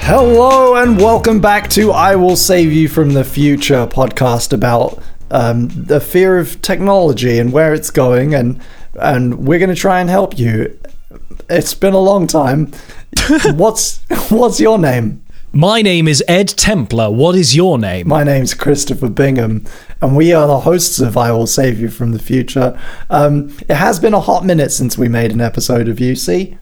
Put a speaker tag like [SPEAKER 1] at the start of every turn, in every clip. [SPEAKER 1] Hello and welcome back to I Will Save You from the Future podcast about um, the fear of technology and where it's going and and we're going to try and help you. It's been a long time. what's what's your name?
[SPEAKER 2] My name is Ed Templar. What is your name?
[SPEAKER 1] My name's Christopher Bingham, and we are the hosts of I Will Save You from the Future. Um, it has been a hot minute since we made an episode of UC.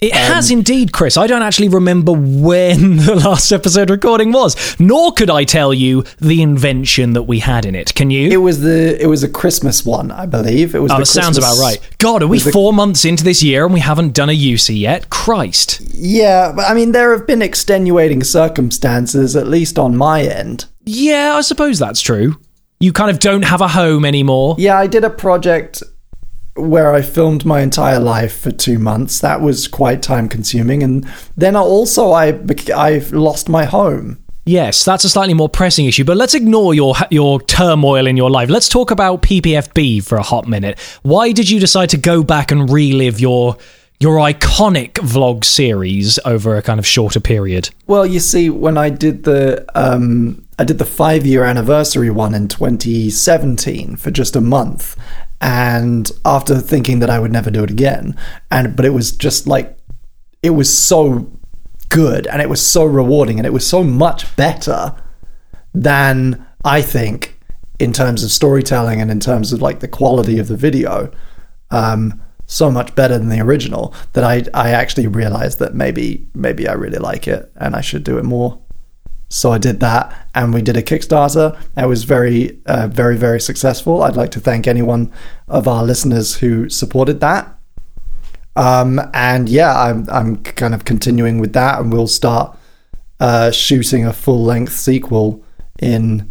[SPEAKER 2] It
[SPEAKER 1] Um,
[SPEAKER 2] has indeed, Chris. I don't actually remember when the last episode recording was, nor could I tell you the invention that we had in it. Can you?
[SPEAKER 1] It was the it was a Christmas one, I believe. It was
[SPEAKER 2] oh,
[SPEAKER 1] the
[SPEAKER 2] that sounds
[SPEAKER 1] Christmas-
[SPEAKER 2] about right. God, are we four months into this year and we haven't done a UC yet? Christ.
[SPEAKER 1] Yeah, but I mean, there have been extenuating circumstances, at least on my end.
[SPEAKER 2] Yeah, I suppose that's true. You kind of don't have a home anymore.
[SPEAKER 1] Yeah, I did a project where I filmed my entire life for two months. That was quite time consuming. And then I- also, I, bec- I lost my home.
[SPEAKER 2] Yes, that's a slightly more pressing issue, but let's ignore your your turmoil in your life. Let's talk about PPFB for a hot minute. Why did you decide to go back and relive your your iconic vlog series over a kind of shorter period?
[SPEAKER 1] Well, you see, when I did the um, I did the five year anniversary one in 2017 for just a month, and after thinking that I would never do it again, and but it was just like it was so good and it was so rewarding and it was so much better than I think in terms of storytelling and in terms of like the quality of the video. Um, so much better than the original that I I actually realized that maybe maybe I really like it and I should do it more. So I did that and we did a Kickstarter. It was very uh, very very successful. I'd like to thank anyone of our listeners who supported that. Um, and yeah, I'm I'm kind of continuing with that, and we'll start uh, shooting a full length sequel in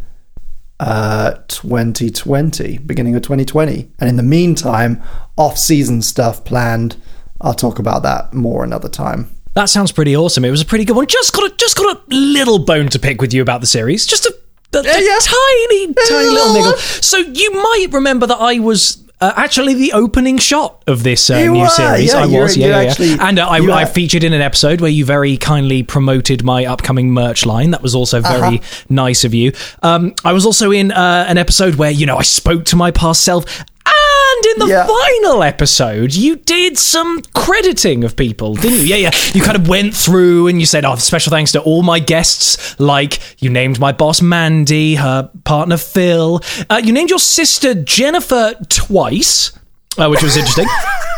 [SPEAKER 1] uh, 2020, beginning of 2020. And in the meantime, off season stuff planned. I'll talk about that more another time.
[SPEAKER 2] That sounds pretty awesome. It was a pretty good one. Just got a just got a little bone to pick with you about the series. Just a, a- a
[SPEAKER 1] yeah.
[SPEAKER 2] tiny tiny little
[SPEAKER 1] little
[SPEAKER 2] niggle. So you might remember that I was. Uh, actually, the opening shot of this uh,
[SPEAKER 1] You
[SPEAKER 2] new
[SPEAKER 1] were,
[SPEAKER 2] series,
[SPEAKER 1] yeah,
[SPEAKER 2] I
[SPEAKER 1] you-
[SPEAKER 2] was,
[SPEAKER 1] you
[SPEAKER 2] yeah, yeah, yeah.
[SPEAKER 1] actually-
[SPEAKER 2] and uh, I,
[SPEAKER 1] you
[SPEAKER 2] I
[SPEAKER 1] had-
[SPEAKER 2] featured in an episode where you very kindly promoted my upcoming merch line. That was also
[SPEAKER 1] Uh-huh.
[SPEAKER 2] very nice of you. Um, I was also in uh, an episode where you know I spoke to my past self, and in the
[SPEAKER 1] Yeah.
[SPEAKER 2] final episode, you did some crediting of people, didn't you? Yeah, yeah. You kind of went through and you said, "Oh, special thanks to all my guests." Like you named my boss Mandy, her partner Phil. Uh, you named your sister Jennifer twice, uh, which was interesting.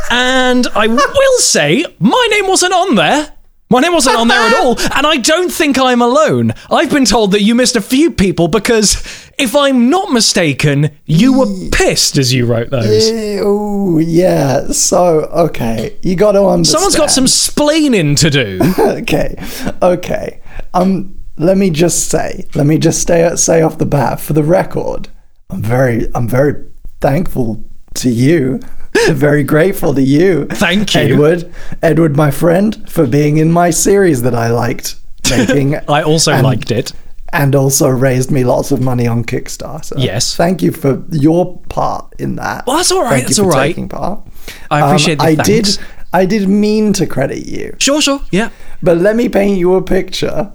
[SPEAKER 2] and I will say, my name wasn't on there. My name wasn't on there at all, and I don't think I'm alone. I've been told that you missed a few people because, if I'm not mistaken, you were pissed as you wrote those.
[SPEAKER 1] Oh, yeah. So, okay. You got to understand.
[SPEAKER 2] Someone's got some splaining to do.
[SPEAKER 1] okay, okay. Um, let me just say, let me just stay, say off the bat for the record, I'm very, I'm very thankful to you, very grateful to you.
[SPEAKER 2] Thank you.
[SPEAKER 1] Edward, Edward, my friend, for being in my series that I liked making.
[SPEAKER 2] I also
[SPEAKER 1] And-
[SPEAKER 2] liked it.
[SPEAKER 1] and also raised me lots of money on Kickstarter.
[SPEAKER 2] Yes.
[SPEAKER 1] thank you for your part in that.
[SPEAKER 2] Well, that's all right,
[SPEAKER 1] Thank you
[SPEAKER 2] that's
[SPEAKER 1] for
[SPEAKER 2] all right.
[SPEAKER 1] Taking part.
[SPEAKER 2] I
[SPEAKER 1] Um,
[SPEAKER 2] appreciate the
[SPEAKER 1] I
[SPEAKER 2] thanks.
[SPEAKER 1] did. I did mean to credit you.
[SPEAKER 2] Sure, sure, yeah.
[SPEAKER 1] But let me paint you a picture.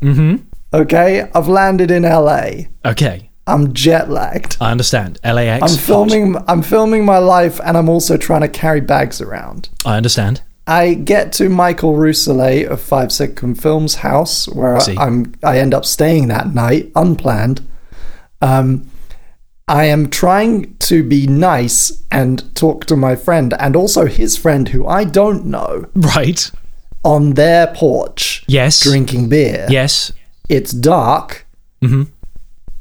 [SPEAKER 1] Mm-hmm. Okay, I've landed in LA.
[SPEAKER 2] Okay,
[SPEAKER 1] I'm jet lagged.
[SPEAKER 2] I understand. LAX.
[SPEAKER 1] I'm filming. I'm filming my life, and I'm also trying to carry bags around.
[SPEAKER 2] I understand.
[SPEAKER 1] I get to Michael Rousselet of Five Second Films house where I,
[SPEAKER 2] See.
[SPEAKER 1] I'm. I end up staying that night, unplanned. Um, I am trying to be nice and talk to my friend, and also his friend who I don't know,
[SPEAKER 2] Right.
[SPEAKER 1] on their porch,
[SPEAKER 2] Yes.
[SPEAKER 1] drinking beer
[SPEAKER 2] Yes.
[SPEAKER 1] it's dark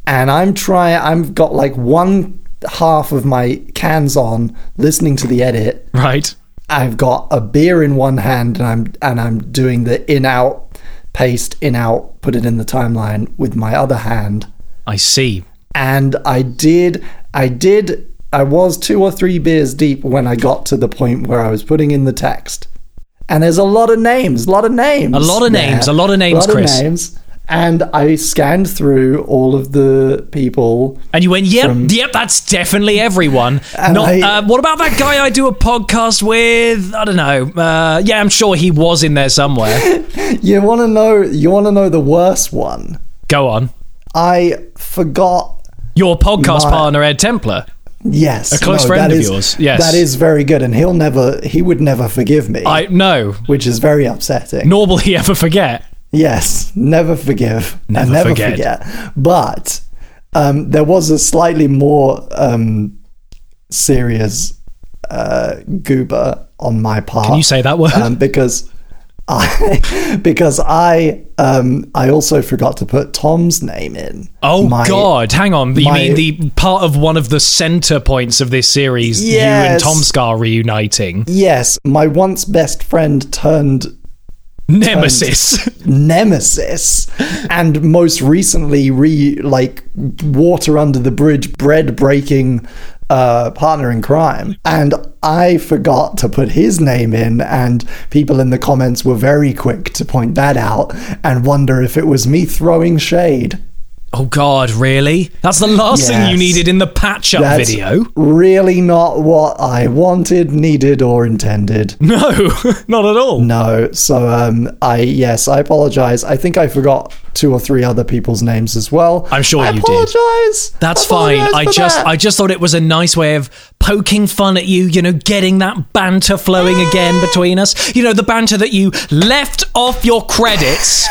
[SPEAKER 1] and i'm trying i've got like one half of my cans on listening to the edit
[SPEAKER 2] Right.
[SPEAKER 1] i've got a beer in one hand and i'm and i'm doing the in out paste in out put it in the timeline with my other hand
[SPEAKER 2] I see.
[SPEAKER 1] and i did i did i was two or three beers deep when i got to the point where i was putting in the text and there's a lot of names a lot of names
[SPEAKER 2] A lot of names, a lot of names,
[SPEAKER 1] lot
[SPEAKER 2] Chris.
[SPEAKER 1] names And I scanned through all of the people.
[SPEAKER 2] And you went, yep, yep, that's definitely everyone.
[SPEAKER 1] And
[SPEAKER 2] Not,
[SPEAKER 1] I-
[SPEAKER 2] uh, what about that guy I do a podcast with? I don't know. Uh, yeah, I'm sure he was in there somewhere.
[SPEAKER 1] You want to know? You want to know the worst one?
[SPEAKER 2] Go on.
[SPEAKER 1] I forgot.
[SPEAKER 2] Your podcast
[SPEAKER 1] My-
[SPEAKER 2] partner, Ed Templar.
[SPEAKER 1] Yes,
[SPEAKER 2] A close friend
[SPEAKER 1] that
[SPEAKER 2] of
[SPEAKER 1] is-
[SPEAKER 2] yours, yes.
[SPEAKER 1] that is very good, and he'll never. He would never forgive me,
[SPEAKER 2] I no,
[SPEAKER 1] which is very upsetting.
[SPEAKER 2] nor will he ever forget.
[SPEAKER 1] Yes, never forgive
[SPEAKER 2] Never
[SPEAKER 1] and never
[SPEAKER 2] forget.
[SPEAKER 1] forget. But um, there was a slightly more um, serious uh, goober on my part.
[SPEAKER 2] Can you say that word?
[SPEAKER 1] um, because I because I um, I also forgot to put Tom's name in.
[SPEAKER 2] Oh
[SPEAKER 1] My-
[SPEAKER 2] God! Hang on. You
[SPEAKER 1] my-
[SPEAKER 2] mean the part of one of the center points of this series? You and
[SPEAKER 1] Yes.
[SPEAKER 2] Tom Scar reuniting,
[SPEAKER 1] Yes, my once best friend turned
[SPEAKER 2] nemesis.
[SPEAKER 1] nemesis and most recently re like water under the bridge bread breaking uh partner in crime and i forgot to put his name in and people in the comments were very quick to point that out and wonder if it was me throwing shade
[SPEAKER 2] oh God! Really? That's the last thing you
[SPEAKER 1] Yes.
[SPEAKER 2] needed in the patch-up
[SPEAKER 1] That's
[SPEAKER 2] video.
[SPEAKER 1] really not what i wanted needed or intended
[SPEAKER 2] No, not at all.
[SPEAKER 1] no so um i yes i apologize i think i forgot two or three other people's names as well
[SPEAKER 2] I'm sure
[SPEAKER 1] I
[SPEAKER 2] you did.
[SPEAKER 1] apologize
[SPEAKER 2] That's fine. I just I just thought it was a nice way of poking fun at you, you know, getting that banter flowing again between us. You know, the banter that you left off your credits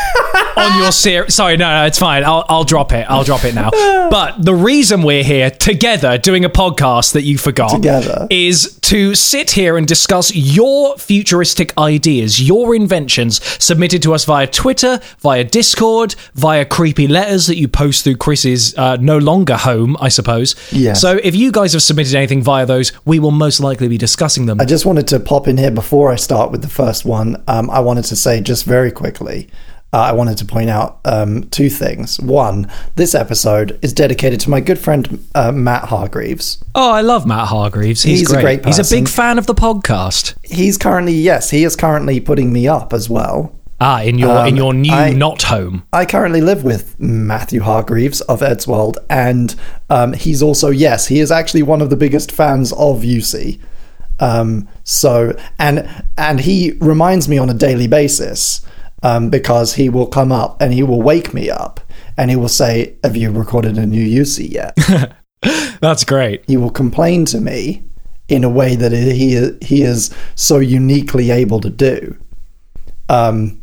[SPEAKER 2] on your series. Sorry, no, no, it's fine. I'll I'll drop it. I'll drop it now. But the reason we're here together doing a podcast that you forgot
[SPEAKER 1] Together.
[SPEAKER 2] is to sit here and discuss your futuristic ideas, your inventions submitted to us via Twitter, via Discord, via creepy letters that you post through Chris's uh, no longer home, I suppose.
[SPEAKER 1] Yes.
[SPEAKER 2] So if you guys have submitted anything via those, we will most likely be discussing them.
[SPEAKER 1] I just wanted to pop in here before I start with the first one. Um, I wanted to say just very quickly. Uh, I wanted to point out um, two things. One, this episode is dedicated to my good friend uh, Matt Hargreaves.
[SPEAKER 2] oh, I love Matt Hargreaves. He's,
[SPEAKER 1] He's a
[SPEAKER 2] great.
[SPEAKER 1] great
[SPEAKER 2] He's a big
[SPEAKER 1] person.
[SPEAKER 2] fan of the podcast.
[SPEAKER 1] He's currently, yes, he is currently putting me up as well.
[SPEAKER 2] Ah, in your in your new
[SPEAKER 1] Um, I-
[SPEAKER 2] not home.
[SPEAKER 1] I currently live with Matthew Hargreaves of Edswold, and um, he's also, yes, he is actually one of the biggest fans of UC. Um, so, and and he reminds me on a daily basis um, because he will come up and he will wake me up and he will say, "Have you recorded a new UC yet?"
[SPEAKER 2] That's great.
[SPEAKER 1] he will complain to me in a way that he he is so uniquely able to do um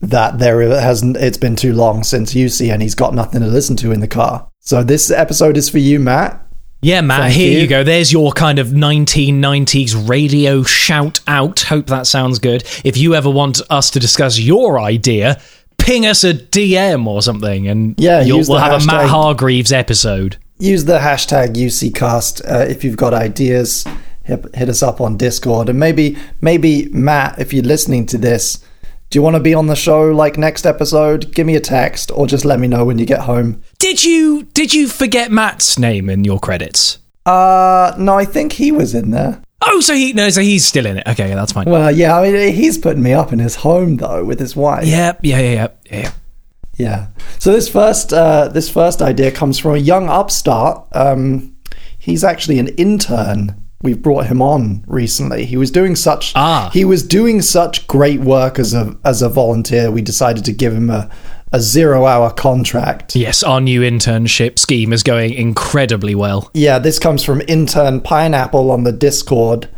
[SPEAKER 1] that there hasn't it's been too long since UC and he's got nothing to listen to in the car. So this episode is for you, Matt.
[SPEAKER 2] Yeah, Matt,
[SPEAKER 1] Thank
[SPEAKER 2] here you.
[SPEAKER 1] you.
[SPEAKER 2] go. There's your kind of 1990s radio shout out. Hope that sounds good. If you ever want us to discuss your idea, ping us a DM or something and
[SPEAKER 1] Yeah,
[SPEAKER 2] you'll,
[SPEAKER 1] use
[SPEAKER 2] we'll
[SPEAKER 1] the
[SPEAKER 2] have a Matt
[SPEAKER 1] hashtag.
[SPEAKER 2] Hargreaves episode.
[SPEAKER 1] Use the hashtag UCcast uh, if you've got ideas. Hit, hit us up on Discord and maybe maybe Matt, if you're listening to this, do you want to be on the show like next episode? Give me a text or just let me know when you get home.
[SPEAKER 2] Did you did you forget Matt's name in your credits?
[SPEAKER 1] Uh no, I think he was in there.
[SPEAKER 2] Oh, so he no, so he's still in it. Okay, that's fine.
[SPEAKER 1] Well, yeah, I mean, he's putting me up in his home though with his wife.
[SPEAKER 2] yeah, yeah, yeah, yeah, yeah.
[SPEAKER 1] Yeah. So this first uh, this first idea comes from a young upstart. Um, he's actually an intern. We brought him on recently. He was doing such
[SPEAKER 2] Ah.
[SPEAKER 1] he was doing such great work as a as a volunteer. We decided to give him a a zero hour contract.
[SPEAKER 2] Yes, our new internship scheme is going incredibly well.
[SPEAKER 1] Yeah, this comes from intern Pineapple on the Discord.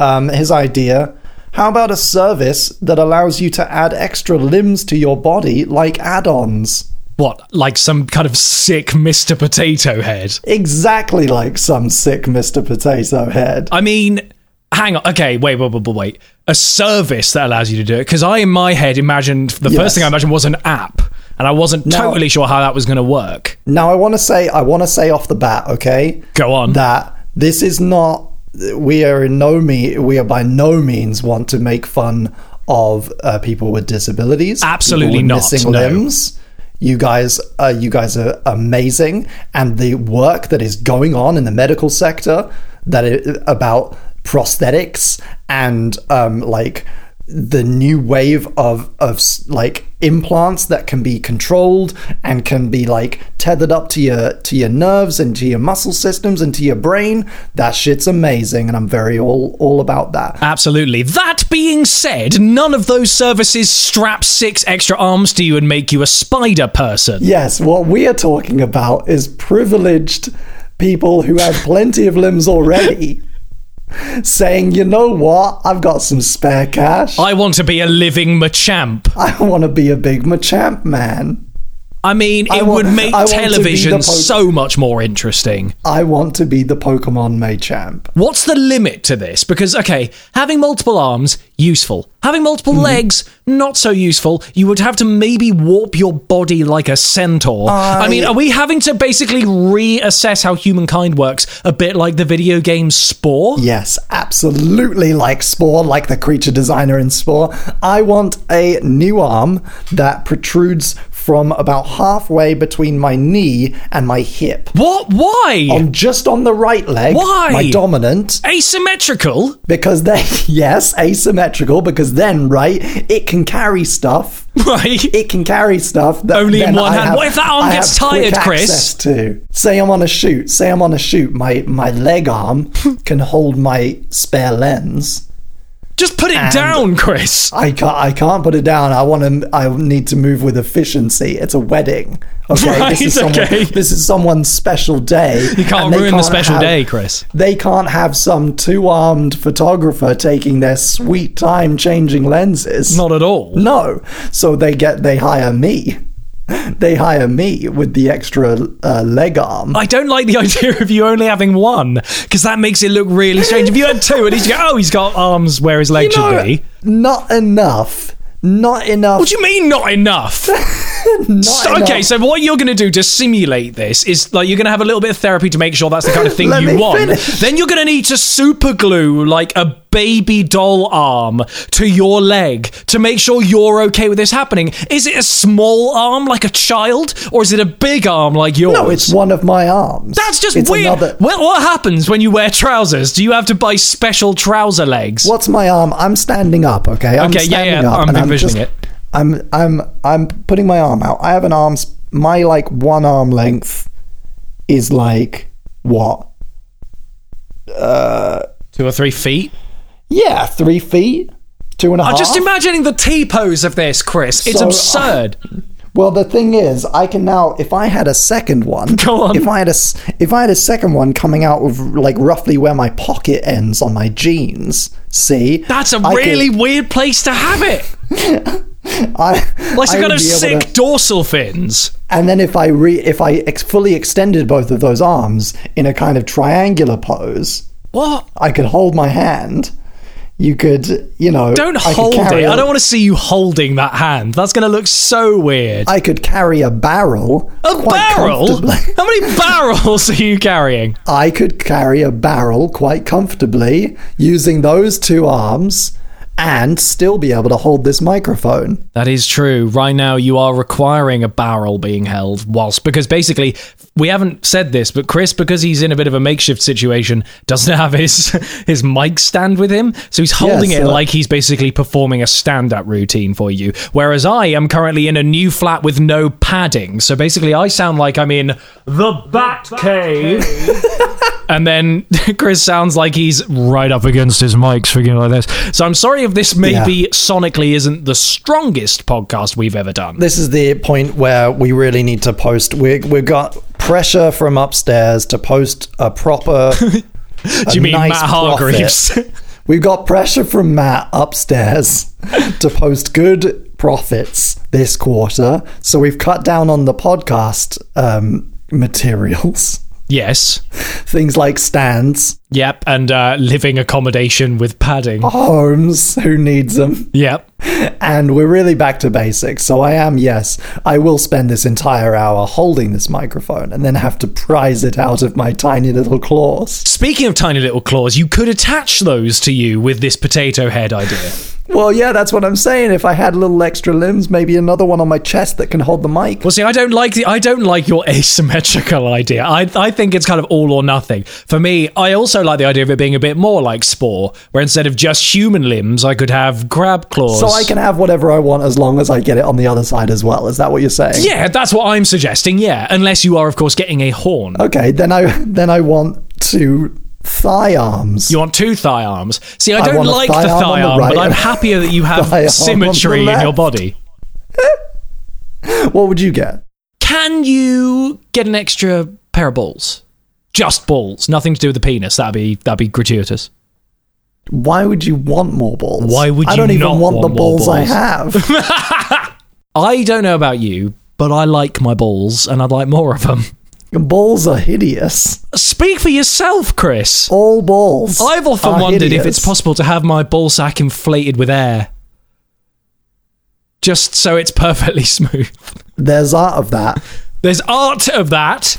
[SPEAKER 1] Um, his idea How about a service that allows you to add extra limbs to your body like add ons?
[SPEAKER 2] What, like some kind of sick Mr. Potato Head?
[SPEAKER 1] Exactly like some sick Mr. Potato Head.
[SPEAKER 2] I mean, hang on. Okay, wait, wait, wait, wait, wait. A service that allows you to do it. Because I, in my head, imagined the first
[SPEAKER 1] Yes.
[SPEAKER 2] thing I imagined was an app, and I wasn't totally sure how that was going to work.
[SPEAKER 1] Now I want to say I want to say off the bat, okay?
[SPEAKER 2] Go on.
[SPEAKER 1] That this is not we are in no me we are by no means want to make fun of uh, people with disabilities. people
[SPEAKER 2] Absolutely
[SPEAKER 1] with
[SPEAKER 2] not,
[SPEAKER 1] Missing
[SPEAKER 2] no.
[SPEAKER 1] limbs. You guys uh, you guys are amazing and the work that is going on in the medical sector that it, about prosthetics and um like the new wave of of s- like implants that can be controlled and can be like tethered up to your to your nerves and to your muscle systems and to your brain that shit's amazing and I'm very all all about that
[SPEAKER 2] Absolutely. That being said, none of those services strap six extra arms to you and make you a spider person.
[SPEAKER 1] yes what we are talking about is privileged people who have plenty of limbs already saying you know what I've got some spare cash
[SPEAKER 2] I want to be a living Machamp.
[SPEAKER 1] I want to be a big Machamp man
[SPEAKER 2] I mean, it
[SPEAKER 1] want-
[SPEAKER 2] would make
[SPEAKER 1] I want to be
[SPEAKER 2] television
[SPEAKER 1] the Pope.
[SPEAKER 2] so much more interesting.
[SPEAKER 1] I want to be the Pokemon Machamp
[SPEAKER 2] What's the limit to this? Because, okay, having multiple arms, useful. Having multiple legs, not so useful. You would have to maybe warp your body like a centaur. I, mean, are we having to basically reassess how humankind works a bit like the video game Spore?
[SPEAKER 1] Yes, absolutely like Spore, like the creature designer in Spore. I want a new arm that protrudes from about halfway between my knee and my hip.
[SPEAKER 2] What? Why?
[SPEAKER 1] On just on the right leg,
[SPEAKER 2] Why?
[SPEAKER 1] my dominant,
[SPEAKER 2] Asymmetrical?
[SPEAKER 1] because then, yes, asymmetrical, because then, right, it can carry stuff.
[SPEAKER 2] Right.
[SPEAKER 1] It can carry stuff that
[SPEAKER 2] Only in
[SPEAKER 1] then
[SPEAKER 2] one
[SPEAKER 1] I
[SPEAKER 2] hand.
[SPEAKER 1] have-
[SPEAKER 2] What if that arm
[SPEAKER 1] I
[SPEAKER 2] gets
[SPEAKER 1] have quick
[SPEAKER 2] tired, Chris?
[SPEAKER 1] access To say I'm on a shoot, say I'm on a shoot. My my leg arm can hold my spare lens.
[SPEAKER 2] Just put it down, Chris.
[SPEAKER 1] I can't. I can't put it down. I want to. I need to move with efficiency. It's a wedding. Okay.
[SPEAKER 2] Right,
[SPEAKER 1] this is someone,
[SPEAKER 2] okay.
[SPEAKER 1] This is someone's special day. You
[SPEAKER 2] can't ruin the special day, Chris.
[SPEAKER 1] They can't have some two-armed photographer taking their sweet time changing lenses.
[SPEAKER 2] Not at all.
[SPEAKER 1] No. So they get. They hire me. They hire me with the extra uh, leg arm.
[SPEAKER 2] I don't like the idea of you only having one because that makes it look really strange. If you had two, at least you go, oh, he's got arms where his leg should be.
[SPEAKER 1] Not enough. Not enough.
[SPEAKER 2] What do you mean, not enough?
[SPEAKER 1] not
[SPEAKER 2] So-
[SPEAKER 1] enough.
[SPEAKER 2] okay, so what you're going to do to simulate this is like you're going to have a little bit of therapy to make sure that's the kind of thing
[SPEAKER 1] Let
[SPEAKER 2] you
[SPEAKER 1] me
[SPEAKER 2] want.
[SPEAKER 1] finish.
[SPEAKER 2] Then you're going to need to super glue like a baby doll arm to your leg to make sure you're okay with this happening. Is it a small arm like a child or is it a big arm like yours?
[SPEAKER 1] No, it's one of my arms.
[SPEAKER 2] That's just
[SPEAKER 1] it's
[SPEAKER 2] weird.
[SPEAKER 1] Another,
[SPEAKER 2] Well, what happens when you wear trousers? Do you have to buy special trouser legs?
[SPEAKER 1] What's my arm? I'm standing up, okay? I'm
[SPEAKER 2] Okay, yeah,
[SPEAKER 1] standing
[SPEAKER 2] yeah,
[SPEAKER 1] up.
[SPEAKER 2] I'm
[SPEAKER 1] and just-
[SPEAKER 2] envisioning it.
[SPEAKER 1] I'm I'm I'm putting my arm out. I have an arm s- my like one arm length is like what?
[SPEAKER 2] Two or three feet?
[SPEAKER 1] Yeah, three feet? Two and a half.
[SPEAKER 2] I'm Oh, just imagining the T pose of this, Chris. It's
[SPEAKER 1] So, uh,
[SPEAKER 2] absurd.
[SPEAKER 1] well, the thing is, I can now if I had a second one
[SPEAKER 2] Go on.
[SPEAKER 1] if I had a s- if I had a second one coming out of like roughly where my pocket ends on my jeans, see?
[SPEAKER 2] That's a
[SPEAKER 1] I could-
[SPEAKER 2] really weird place to have it.
[SPEAKER 1] I I
[SPEAKER 2] Like some kind
[SPEAKER 1] would
[SPEAKER 2] of
[SPEAKER 1] be able
[SPEAKER 2] sick
[SPEAKER 1] to-
[SPEAKER 2] dorsal fins.
[SPEAKER 1] And then if I re- if I ex- fully extended both of those arms in a kind of triangular pose,
[SPEAKER 2] What?
[SPEAKER 1] I could hold my hand. You could, you know,
[SPEAKER 2] Don't
[SPEAKER 1] I could
[SPEAKER 2] hold
[SPEAKER 1] carry
[SPEAKER 2] it. I
[SPEAKER 1] a-
[SPEAKER 2] don't want to see you holding that hand. That's going to look so weird.
[SPEAKER 1] I could carry a barrel.
[SPEAKER 2] a
[SPEAKER 1] quite
[SPEAKER 2] barrel?
[SPEAKER 1] comfortably.
[SPEAKER 2] How many barrels are you carrying?
[SPEAKER 1] I could carry a barrel quite comfortably using those two arms, and still be able to hold this microphone.
[SPEAKER 2] That is true. Right now, you are requiring a barrel being held whilst, because basically, we haven't said this, but Chris, because he's in a bit of a makeshift situation, doesn't have his his mic stand with him, so he's holding it
[SPEAKER 1] so-
[SPEAKER 2] like he's basically performing a stand up routine for you. Whereas I am currently in a new flat with no padding, so basically, I sound like I'm in the bat cave. And then Chris sounds like he's right up against his mic, speaking like this. So I'm sorry if this maybe sonically isn't the strongest podcast we've ever done.
[SPEAKER 1] This is the point where we really need to post. We we've got pressure from upstairs to post a proper.
[SPEAKER 2] Do you mean
[SPEAKER 1] nice
[SPEAKER 2] Matt Hargreaves?
[SPEAKER 1] We've got pressure from Matt upstairs to post good profits this quarter, so we've cut down on the podcast um, materials,
[SPEAKER 2] yes.
[SPEAKER 1] things like stands,
[SPEAKER 2] Yep. And uh, living accommodation with padding.
[SPEAKER 1] Oh. homes, who needs them,
[SPEAKER 2] Yep.
[SPEAKER 1] and we're really back to basics. So I am, yes, I will spend this entire hour holding this microphone and then have to prise it out of my tiny little claws.
[SPEAKER 2] Speaking of tiny little claws, you could attach those to you with this potato head idea.
[SPEAKER 1] Well, yeah, that's what I'm saying. If I had little extra limbs, maybe another one on my chest that can hold the mic.
[SPEAKER 2] Well, see, I don't like the I don't like your asymmetrical idea. I I think it's kind of all or nothing. For me, I also like the idea of it being a bit more like Spore, where instead of just human limbs, I could have crab claws.
[SPEAKER 1] So I can have whatever I want as long as I get it on the other side as well. Is that what you're saying?
[SPEAKER 2] Yeah, that's what I'm suggesting. Yeah, unless you are, of course, getting a horn.
[SPEAKER 1] Okay, then I then I want two thigh arms.
[SPEAKER 2] You want two thigh arms. See, I
[SPEAKER 1] I
[SPEAKER 2] don't
[SPEAKER 1] want a
[SPEAKER 2] like
[SPEAKER 1] thigh
[SPEAKER 2] the
[SPEAKER 1] arm on
[SPEAKER 2] thigh
[SPEAKER 1] the
[SPEAKER 2] arm,
[SPEAKER 1] right
[SPEAKER 2] but I'm
[SPEAKER 1] and
[SPEAKER 2] happier that you
[SPEAKER 1] thigh arm on
[SPEAKER 2] have
[SPEAKER 1] the
[SPEAKER 2] symmetry in your
[SPEAKER 1] left.
[SPEAKER 2] body.
[SPEAKER 1] what would you get?
[SPEAKER 2] Can you get an extra pair of balls? Just balls, nothing to do with the penis. That'd be that'd be gratuitous.
[SPEAKER 1] Why would you want more balls?
[SPEAKER 2] Why would
[SPEAKER 1] I don't
[SPEAKER 2] you
[SPEAKER 1] even
[SPEAKER 2] not
[SPEAKER 1] want, the
[SPEAKER 2] want more
[SPEAKER 1] balls, I
[SPEAKER 2] balls?
[SPEAKER 1] have.
[SPEAKER 2] I don't know about you, but I like my balls and I'd like more of them.
[SPEAKER 1] balls are hideous.
[SPEAKER 2] Speak for yourself, Chris.
[SPEAKER 1] All balls.
[SPEAKER 2] I've often
[SPEAKER 1] are
[SPEAKER 2] wondered if
[SPEAKER 1] Ah, hideous.
[SPEAKER 2] it's possible to have my ball sack inflated with air. Just so it's perfectly smooth.
[SPEAKER 1] There's art of that.
[SPEAKER 2] There's art of that.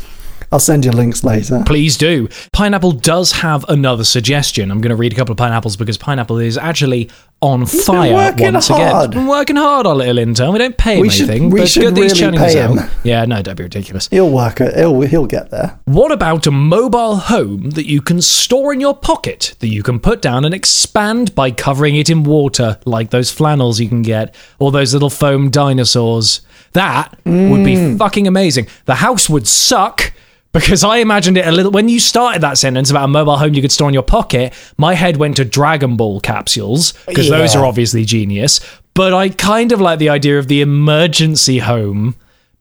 [SPEAKER 1] I'll send you links later.
[SPEAKER 2] Please do. Pineapple does have another suggestion. I'm going to read a couple of pineapples because pineapple is actually on fire
[SPEAKER 1] working
[SPEAKER 2] once
[SPEAKER 1] hard.
[SPEAKER 2] again. I'm working hard, our little intern. We don't pay him
[SPEAKER 1] We should-
[SPEAKER 2] anything.
[SPEAKER 1] we
[SPEAKER 2] but
[SPEAKER 1] should
[SPEAKER 2] good that he's
[SPEAKER 1] really
[SPEAKER 2] churning
[SPEAKER 1] pay
[SPEAKER 2] this
[SPEAKER 1] him.
[SPEAKER 2] out. Yeah, no, don't be ridiculous.
[SPEAKER 1] He'll work it. He'll, he'll get there.
[SPEAKER 2] What about a mobile home that you can store in your pocket, that you can put down and expand by covering it in water, like those flannels you can get, or those little foam dinosaurs? That would be fucking amazing. The house would suck. Because I imagined it a little. When you started that sentence about a mobile home you could store in your pocket, my head went to Dragon Ball capsules, because those
[SPEAKER 1] Yeah.
[SPEAKER 2] are obviously genius. But I kind of like the idea of the emergency home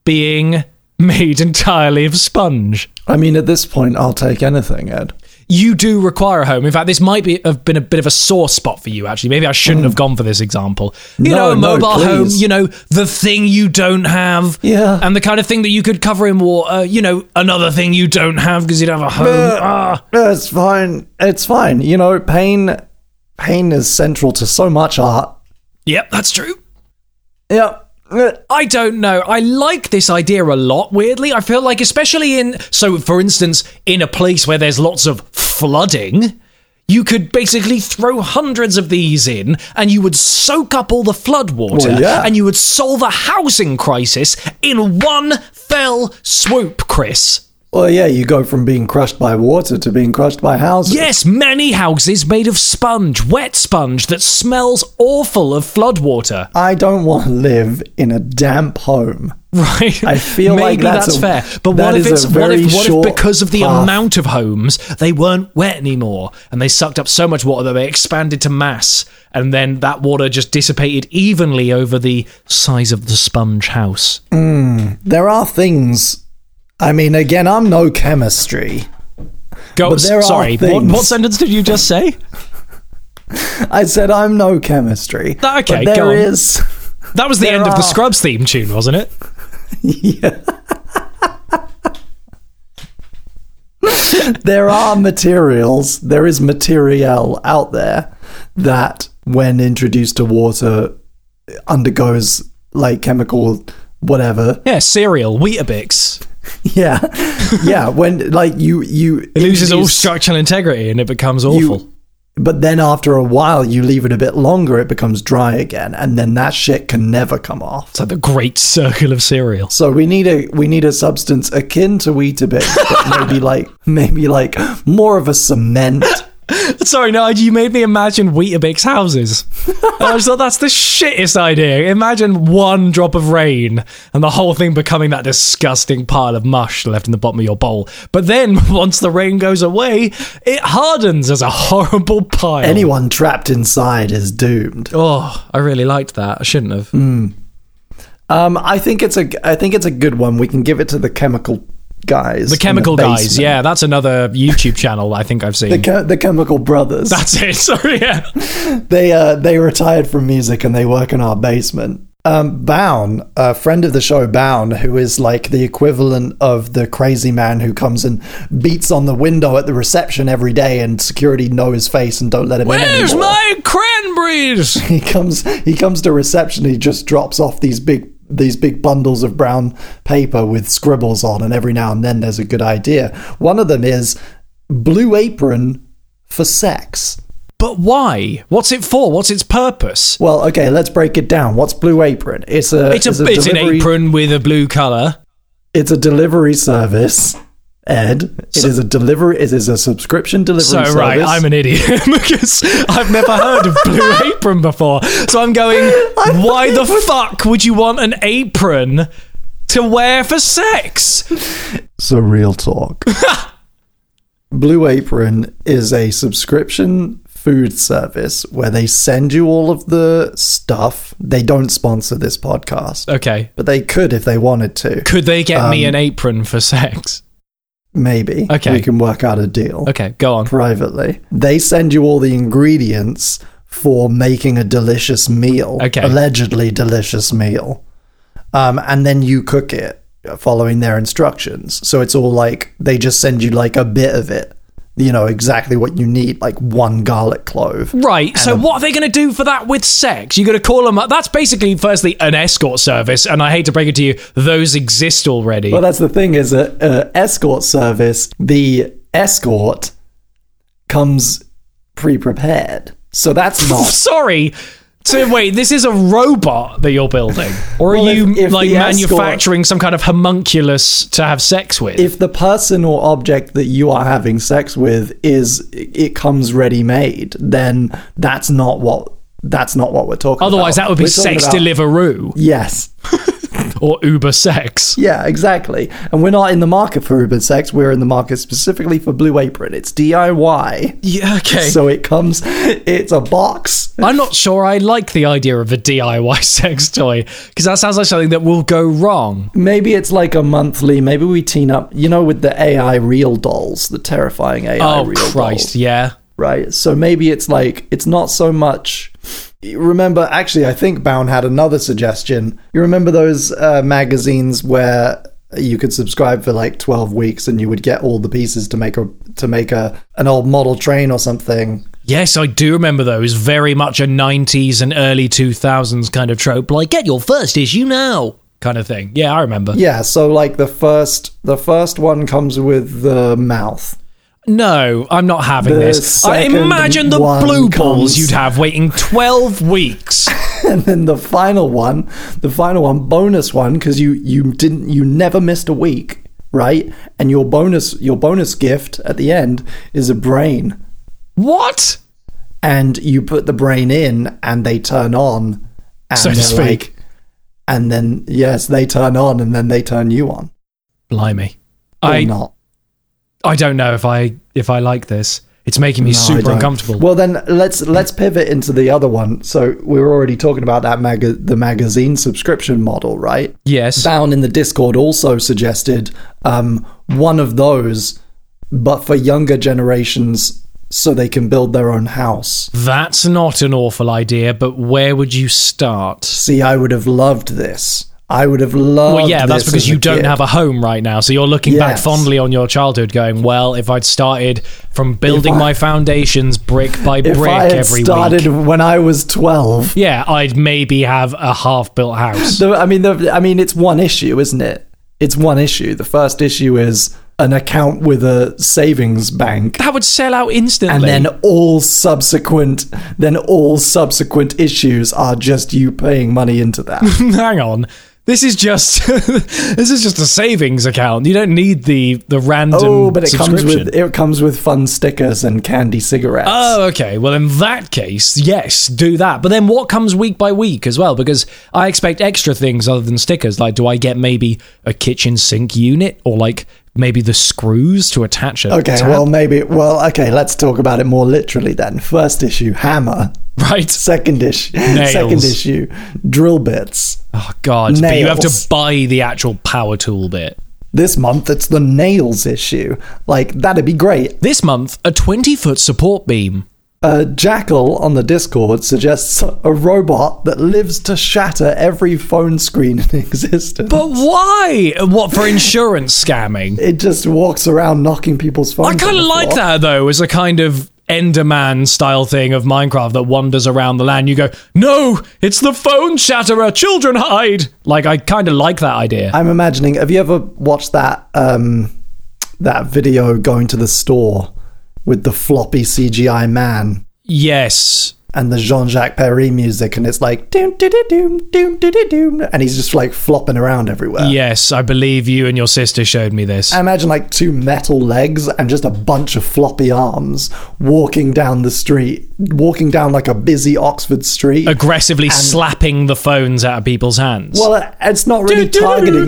[SPEAKER 2] being made entirely of sponge.
[SPEAKER 1] I mean, at this point, I'll take anything, Ed.
[SPEAKER 2] You do require a home. In fact, this might be have been a bit of a sore spot for you. Actually, maybe I shouldn't have gone for this example. You
[SPEAKER 1] Hmm. No,
[SPEAKER 2] know, a
[SPEAKER 1] no,
[SPEAKER 2] mobile home.
[SPEAKER 1] please.
[SPEAKER 2] You know, the thing you don't have.
[SPEAKER 1] Yeah.
[SPEAKER 2] and the kind of thing that you could cover in water. You know, another thing you don't have because you'd have a home. Ah.
[SPEAKER 1] No, It's fine. It's fine. You know, pain pain is central to so much art.
[SPEAKER 2] Yep, that's true.
[SPEAKER 1] Yep.
[SPEAKER 2] I don't know. I like this idea a lot, weirdly. I feel like, especially in, so for instance, in a place where there's lots of flooding, you could basically throw hundreds of these in and you would soak up all the flood water
[SPEAKER 1] Well, yeah.
[SPEAKER 2] and you would solve a housing crisis in one fell swoop, Chris.
[SPEAKER 1] Well, yeah, you go from being crushed by water to being crushed by houses.
[SPEAKER 2] Yes, many houses made of sponge, wet sponge that smells awful of flood water.
[SPEAKER 1] I don't want to live in a damp home.
[SPEAKER 2] Right.
[SPEAKER 1] I feel like
[SPEAKER 2] Maybe
[SPEAKER 1] that's
[SPEAKER 2] that's
[SPEAKER 1] a-
[SPEAKER 2] fair. But
[SPEAKER 1] that
[SPEAKER 2] what if
[SPEAKER 1] is a
[SPEAKER 2] it's what
[SPEAKER 1] very
[SPEAKER 2] if, what
[SPEAKER 1] short
[SPEAKER 2] if because of the
[SPEAKER 1] path.
[SPEAKER 2] amount of homes they weren't wet anymore and they sucked up so much water that they expanded to mass and then that water just dissipated evenly over the size of the sponge house.
[SPEAKER 1] There are things. I mean, again, I'm no chemistry.
[SPEAKER 2] Go
[SPEAKER 1] But there are
[SPEAKER 2] sorry. What,
[SPEAKER 1] things-
[SPEAKER 2] what sentence did you just say?
[SPEAKER 1] I said I'm no chemistry.
[SPEAKER 2] That- okay,
[SPEAKER 1] but
[SPEAKER 2] go
[SPEAKER 1] there
[SPEAKER 2] on.
[SPEAKER 1] is.
[SPEAKER 2] That was the end of the
[SPEAKER 1] are-
[SPEAKER 2] Scrubs theme tune, wasn't it?
[SPEAKER 1] there are materials, there is material out there that, when introduced to water, undergoes like chemical whatever.
[SPEAKER 2] Yeah, cereal, Weetabix.
[SPEAKER 1] Yeah, yeah. When like you you
[SPEAKER 2] It loses all
[SPEAKER 1] introduce-
[SPEAKER 2] structural integrity and it becomes awful.
[SPEAKER 1] you- but then after a while, you leave it a bit longer, it becomes dry again, and then that shit can never come off.
[SPEAKER 2] it's like the great circle of cereal.
[SPEAKER 1] So we need a we need a substance akin to Weetabix, but maybe like maybe like more of a cement.
[SPEAKER 2] Sorry, no, you made me imagine Weetabix houses. I just thought that's the shittest idea. Imagine one drop of rain and the whole thing becoming that disgusting pile of mush left in the bottom of your bowl. But then, once the rain goes away, it hardens as a horrible pile.
[SPEAKER 1] Anyone trapped inside is doomed.
[SPEAKER 2] Oh, I really liked that. I shouldn't have.
[SPEAKER 1] Um, I think it's a I think it's a good one. We can give it to the chemical guys.
[SPEAKER 2] the Chemical Guys. Yeah, that's another YouTube channel I think I've seen.
[SPEAKER 1] The, che- the Chemical Brothers.
[SPEAKER 2] that's it. Sorry, yeah.
[SPEAKER 1] they uh, they retired from music and they work in our basement. Um, Bown, a friend of the show, Bown, who is like the equivalent of the crazy man who comes and beats on the window at the reception every day, and security know his face and don't let him in
[SPEAKER 2] Where's
[SPEAKER 1] anymore.
[SPEAKER 2] my cranberries?
[SPEAKER 1] he comes he comes to reception he just drops off these big these big bundles of brown paper with scribbles on and every now and then there's a good idea one of them is blue apron for sex
[SPEAKER 2] But why? What's it for? What's its purpose?
[SPEAKER 1] Well, okay, let's break it down. What's Blue Apron? It's a
[SPEAKER 2] It's, a, it's, an
[SPEAKER 1] delivery-
[SPEAKER 2] apron with a blue colour.
[SPEAKER 1] It's a delivery service. Ed, It is a delivery. It is a subscription delivery
[SPEAKER 2] So
[SPEAKER 1] service.
[SPEAKER 2] right, I'm an idiot because I've never heard of blue apron before. So I'm going, why the fuck would you want an apron to wear for sex?
[SPEAKER 1] So real talk. Blue Apron is a subscription food service where they send you all of the stuff. They don't sponsor this podcast,
[SPEAKER 2] Okay.
[SPEAKER 1] but they could if they wanted to.
[SPEAKER 2] Could they get me
[SPEAKER 1] Um,
[SPEAKER 2] an apron for sex?
[SPEAKER 1] Maybe.
[SPEAKER 2] Okay.
[SPEAKER 1] We can work out a deal
[SPEAKER 2] Okay, go on.
[SPEAKER 1] privately. They send you all the ingredients for making a delicious meal,
[SPEAKER 2] Okay.
[SPEAKER 1] allegedly delicious meal. Um, and then you cook it following their instructions. So it's all like they just send you like a bit of it, you know, exactly what you need, like one garlic clove.
[SPEAKER 2] Right. So what are they going to do for that with sex? You're going to call them up. That's basically, firstly, an escort service, and I hate to break it to you, those exist already.
[SPEAKER 1] Well, that's the thing is a, a escort service, the escort comes pre prepared. So that's not
[SPEAKER 2] Oh, Sorry. So wait, this is a robot that you're building, or are
[SPEAKER 1] Well, if-
[SPEAKER 2] you
[SPEAKER 1] if
[SPEAKER 2] like
[SPEAKER 1] the escort-
[SPEAKER 2] manufacturing some kind of homunculus to have sex with?
[SPEAKER 1] if the person or object that you are having sex with is it comes ready made, then that's not what that's not what we're talking
[SPEAKER 2] Otherwise,
[SPEAKER 1] about.
[SPEAKER 2] that would be
[SPEAKER 1] We're talking
[SPEAKER 2] sex
[SPEAKER 1] about-
[SPEAKER 2] Deliveroo
[SPEAKER 1] Yes.
[SPEAKER 2] or Uber sex.
[SPEAKER 1] Yeah, exactly. And we're not in the market for Uber sex. We're in the market specifically for Blue Apron. It's DIY.
[SPEAKER 2] Yeah. Okay.
[SPEAKER 1] So it comes it's a box.
[SPEAKER 2] I'm not sure I like the idea of a DIY sex toy because that sounds like something that will go wrong.
[SPEAKER 1] Maybe it's like a monthly, maybe we team up, you know, with the AI real dolls, the terrifying AI
[SPEAKER 2] Oh
[SPEAKER 1] real dolls.
[SPEAKER 2] Christ! Yeah.
[SPEAKER 1] right? So maybe it's like it's not so much. Remember, actually, I think Bound had another suggestion. You remember those uh, magazines where you could subscribe for like twelve weeks and you would get all the pieces to make a to make a an old model train or something.
[SPEAKER 2] Yes, I do remember those. Very much a 90s and early 2000s kind of trope. Like, get your first issue now kind of thing. Yeah, I remember.
[SPEAKER 1] Yeah, so like the first the first one comes with the mouth.
[SPEAKER 2] No, I'm not having
[SPEAKER 1] The
[SPEAKER 2] this. I
[SPEAKER 1] second
[SPEAKER 2] imagine the
[SPEAKER 1] one
[SPEAKER 2] blue
[SPEAKER 1] comes-
[SPEAKER 2] balls you'd have waiting 12 weeks.
[SPEAKER 1] and then the final one, the final one, bonus one, because you you didn't you never missed a week, right? And your bonus your bonus gift at the end is a brain,
[SPEAKER 2] what?
[SPEAKER 1] and you put the brain in, and they turn on, and
[SPEAKER 2] So to
[SPEAKER 1] they're
[SPEAKER 2] speak.
[SPEAKER 1] like- and then yes, they turn on, and then they turn you on.
[SPEAKER 2] Blimey.
[SPEAKER 1] Or
[SPEAKER 2] I
[SPEAKER 1] not.
[SPEAKER 2] I don't know if I if I like this. It's making me
[SPEAKER 1] No, I
[SPEAKER 2] super
[SPEAKER 1] don't.
[SPEAKER 2] uncomfortable.
[SPEAKER 1] Well, then let's let's pivot into the other one. So we were already talking about that maga- the magazine subscription model, right?
[SPEAKER 2] yes.
[SPEAKER 1] Down in the Discord also suggested um, one of those, but for younger generations, so they can build their own house.
[SPEAKER 2] That's not an awful idea, but where would you start?
[SPEAKER 1] See, I would have loved this. I would have loved.
[SPEAKER 2] Well, yeah, that's
[SPEAKER 1] this as
[SPEAKER 2] because
[SPEAKER 1] a
[SPEAKER 2] you don't
[SPEAKER 1] kid.
[SPEAKER 2] have a home right now. So you're looking back
[SPEAKER 1] Yes.
[SPEAKER 2] fondly on your childhood going, well, if I'd started from building
[SPEAKER 1] I-
[SPEAKER 2] my foundations brick by
[SPEAKER 1] If
[SPEAKER 2] brick
[SPEAKER 1] I had
[SPEAKER 2] every
[SPEAKER 1] started
[SPEAKER 2] week.
[SPEAKER 1] when I was twelve,
[SPEAKER 2] Yeah, I'd maybe have a half built house.
[SPEAKER 1] So, I mean, the, I mean, it's one issue, isn't it? It's one issue. The first issue is an account with a savings bank,
[SPEAKER 2] that would sell out instantly.
[SPEAKER 1] and then all subsequent, then all subsequent issues are just you paying money into that.
[SPEAKER 2] hang on. This is just this is just a savings account. You don't need the the random
[SPEAKER 1] oh, but it comes
[SPEAKER 2] subscription.
[SPEAKER 1] with it comes with fun stickers and candy cigarettes.
[SPEAKER 2] Oh, okay. Well, in that case, yes, do that. But then what comes week by week as well? Because I expect extra things other than stickers. Like, do I get maybe a kitchen sink unit or like maybe the screws to attach a
[SPEAKER 1] okay,
[SPEAKER 2] tap?
[SPEAKER 1] well maybe. Well, okay, let's talk about it more literally then. First issue, hammer.
[SPEAKER 2] right?
[SPEAKER 1] Second issue, second issue, drill bits.
[SPEAKER 2] Oh God! But you have
[SPEAKER 1] Nails.
[SPEAKER 2] to buy the actual power tool bit.
[SPEAKER 1] This month, it's the nails issue. Like that'd be great.
[SPEAKER 2] This month, a twenty-foot support beam.
[SPEAKER 1] Uh, Jackal on the Discord suggests a robot that lives to shatter every phone screen in existence.
[SPEAKER 2] But why? What for insurance scamming?
[SPEAKER 1] it just walks around knocking people's phones.
[SPEAKER 2] I kind of
[SPEAKER 1] on the
[SPEAKER 2] like
[SPEAKER 1] floor.
[SPEAKER 2] that though, as a kind of Enderman style thing of Minecraft that wanders around the land. You go, no, it's the phone shatterer. Children hide. Like I kind of like that idea.
[SPEAKER 1] I'm imagining. Have you ever watched that um, that video going to the store with the floppy CGI man?
[SPEAKER 2] Yes.
[SPEAKER 1] and the Jean-Jacques Perry music and it's like doom doom doom doom doom doom and he's just like flopping around everywhere.
[SPEAKER 2] Yes, I believe you and your sister showed me this.
[SPEAKER 1] I imagine like two metal legs and just a bunch of floppy arms walking down the street, walking down like a busy Oxford street.
[SPEAKER 2] Aggressively slapping the phones out of people's hands.
[SPEAKER 1] well, it's not really targeting.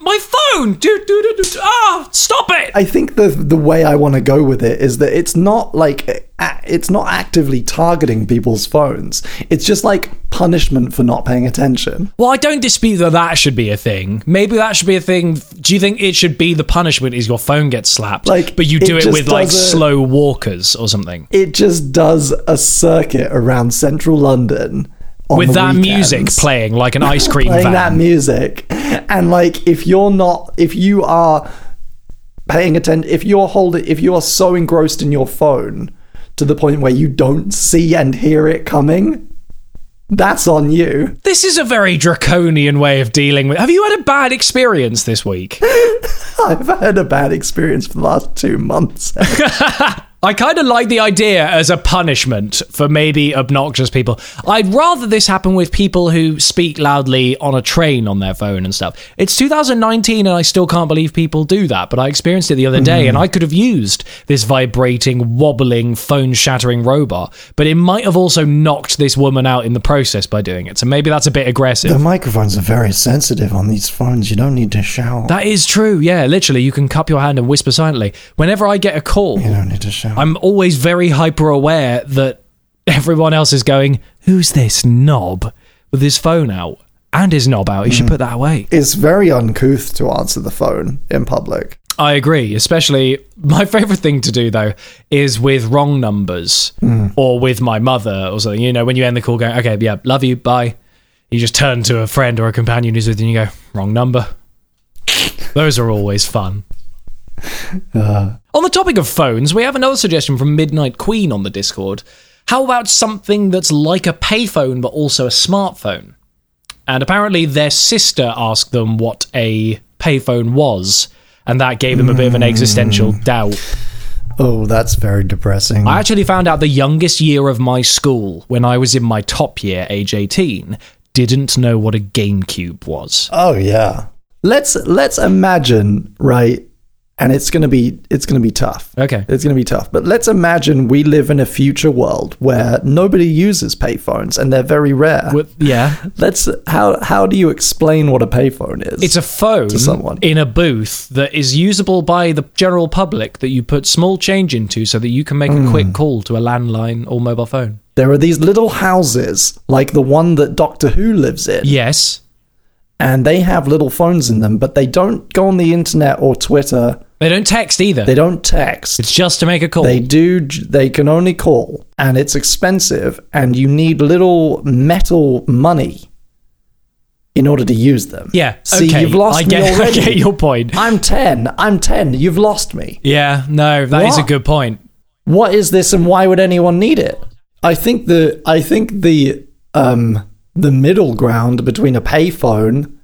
[SPEAKER 2] My phone! Do, do, do, do. Ah, stop it!
[SPEAKER 1] I think the the way I want to go with it is that it's not like a- it's not actively targeting people's phones. It's just like punishment for not paying attention.
[SPEAKER 2] Well, I don't dispute that that should be a thing. Maybe that should be a thing. Do you think it should be the punishment is your phone gets slapped,
[SPEAKER 1] Like,
[SPEAKER 2] but you
[SPEAKER 1] it
[SPEAKER 2] do it,
[SPEAKER 1] just
[SPEAKER 2] with like
[SPEAKER 1] does a-
[SPEAKER 2] slow walkers or something?
[SPEAKER 1] It just does a circuit around central London on
[SPEAKER 2] With
[SPEAKER 1] the
[SPEAKER 2] that music
[SPEAKER 1] weekends.
[SPEAKER 2] playing like an ice cream
[SPEAKER 1] playing
[SPEAKER 2] van.
[SPEAKER 1] that music and like if you're not if you are paying attention if you're holding if you are so engrossed in your phone to the point where you don't see and hear it coming that's on you
[SPEAKER 2] this is a very draconian way of dealing with. Have you had a bad experience this week?
[SPEAKER 1] i've had a bad experience for the last two months
[SPEAKER 2] I kind of like the idea as a punishment for maybe obnoxious people. I'd rather this happen with people who speak loudly on a train on their phone and stuff. It's 2019 and I still can't believe people do that, but I experienced it the other day and I could have used this vibrating, wobbling, phone shattering robot, but it might have also knocked this woman out in the process by doing it. So maybe that's a bit aggressive.
[SPEAKER 1] microphones are very sensitive on these phones you don't need to shout
[SPEAKER 2] that is true. Yeah, literally, you can cup your hand and whisper silently. Whenever I get a call,
[SPEAKER 1] don't need to shout
[SPEAKER 2] I'm always very hyper aware that everyone else is going, Who's this knob with his phone out and his knob out? He should put that away.
[SPEAKER 1] it's very uncouth to answer the phone in public
[SPEAKER 2] I agree. Especially my favorite thing to do, though, is with wrong numbers or with my mother or something. You know, when you end the call going, Okay, yeah, love you, bye. You just turn to a friend or a companion who's with you and you go, Wrong number. Those are always fun. On the topic of phones, we have another suggestion from Midnight Queen on the Discord. How about something that's like a payphone but also a smartphone? And apparently, their sister asked them what a payphone was, and that gave them a bit of an
[SPEAKER 1] Hmm.
[SPEAKER 2] existential doubt.
[SPEAKER 1] oh that's very depressing
[SPEAKER 2] I actually found out the youngest year of my school, when I was in my top year, age 18, didn't know what a GameCube was.
[SPEAKER 1] Oh yeah. Let's let's imagine, right? And it's going to be it's going to be tough.
[SPEAKER 2] Okay.
[SPEAKER 1] It's going to be tough. But let's imagine we live in a future world where nobody uses payphones and they're very rare.
[SPEAKER 2] With- yeah.
[SPEAKER 1] let's how how do you explain what a payphone is?
[SPEAKER 2] It's a phone
[SPEAKER 1] someone.
[SPEAKER 2] in a booth that is usable by the general public that you put small change into so that you can make
[SPEAKER 1] Hmm.
[SPEAKER 2] a quick call to a landline or mobile phone.
[SPEAKER 1] there are these little houses like the one that Doctor Who lives in
[SPEAKER 2] Yes.
[SPEAKER 1] and they have little phones in them but they don't go on the internet or Twitter.
[SPEAKER 2] They don't text either.
[SPEAKER 1] They don't text.
[SPEAKER 2] it's just to make a call.
[SPEAKER 1] They do. They can only call, and it's expensive, and you need little metal money in order to use them.
[SPEAKER 2] yeah.
[SPEAKER 1] See,
[SPEAKER 2] okay.
[SPEAKER 1] you've lost
[SPEAKER 2] I
[SPEAKER 1] me
[SPEAKER 2] get,
[SPEAKER 1] already.
[SPEAKER 2] I get your point.
[SPEAKER 1] I'm ten. I'm ten. You've lost me.
[SPEAKER 2] Yeah. No, that is a
[SPEAKER 1] What?
[SPEAKER 2] good point.
[SPEAKER 1] What is this, and why would anyone need it? I think the. I think the. Um. The middle ground between a payphone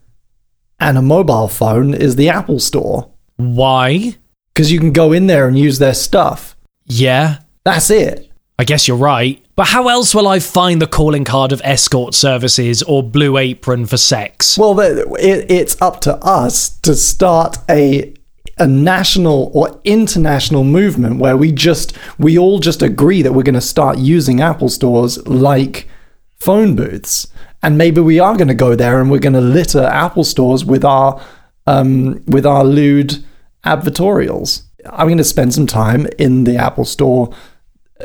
[SPEAKER 1] and a mobile phone is the Apple Store
[SPEAKER 2] Why?
[SPEAKER 1] because you can go in there and use their stuff.
[SPEAKER 2] Yeah.
[SPEAKER 1] That's it.
[SPEAKER 2] I guess you're right. But how else will I find the calling card of escort services or Blue Apron for sex?
[SPEAKER 1] Well, the- it, it's up to us to start a a national or international movement where we just we all just agree that we're going to start using Apple stores like phone booths, and maybe we are going to go there and we're going to litter Apple stores with our um, with our lewd advertorials. I'm going to spend some time in the Apple store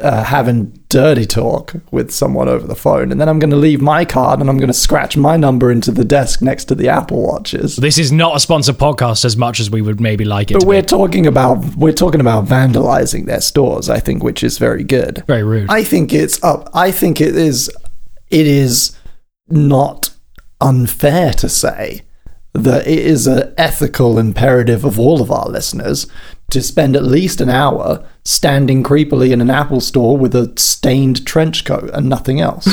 [SPEAKER 1] uh, having dirty talk with someone over the phone, and then I'm going to leave my card and I'm going to scratch my number into the desk next to the Apple watches.
[SPEAKER 2] This is not a sponsored podcast as much as we would maybe like it to
[SPEAKER 1] But
[SPEAKER 2] be.
[SPEAKER 1] we're talking about we're talking about vandalizing their stores, I think, which is very good.
[SPEAKER 2] Very rude.
[SPEAKER 1] I think it's up. I think it is. It is not unfair to say that it is an ethical imperative of all of our listeners to spend at least an hour standing creepily in an Apple store with a stained trench coat and nothing else,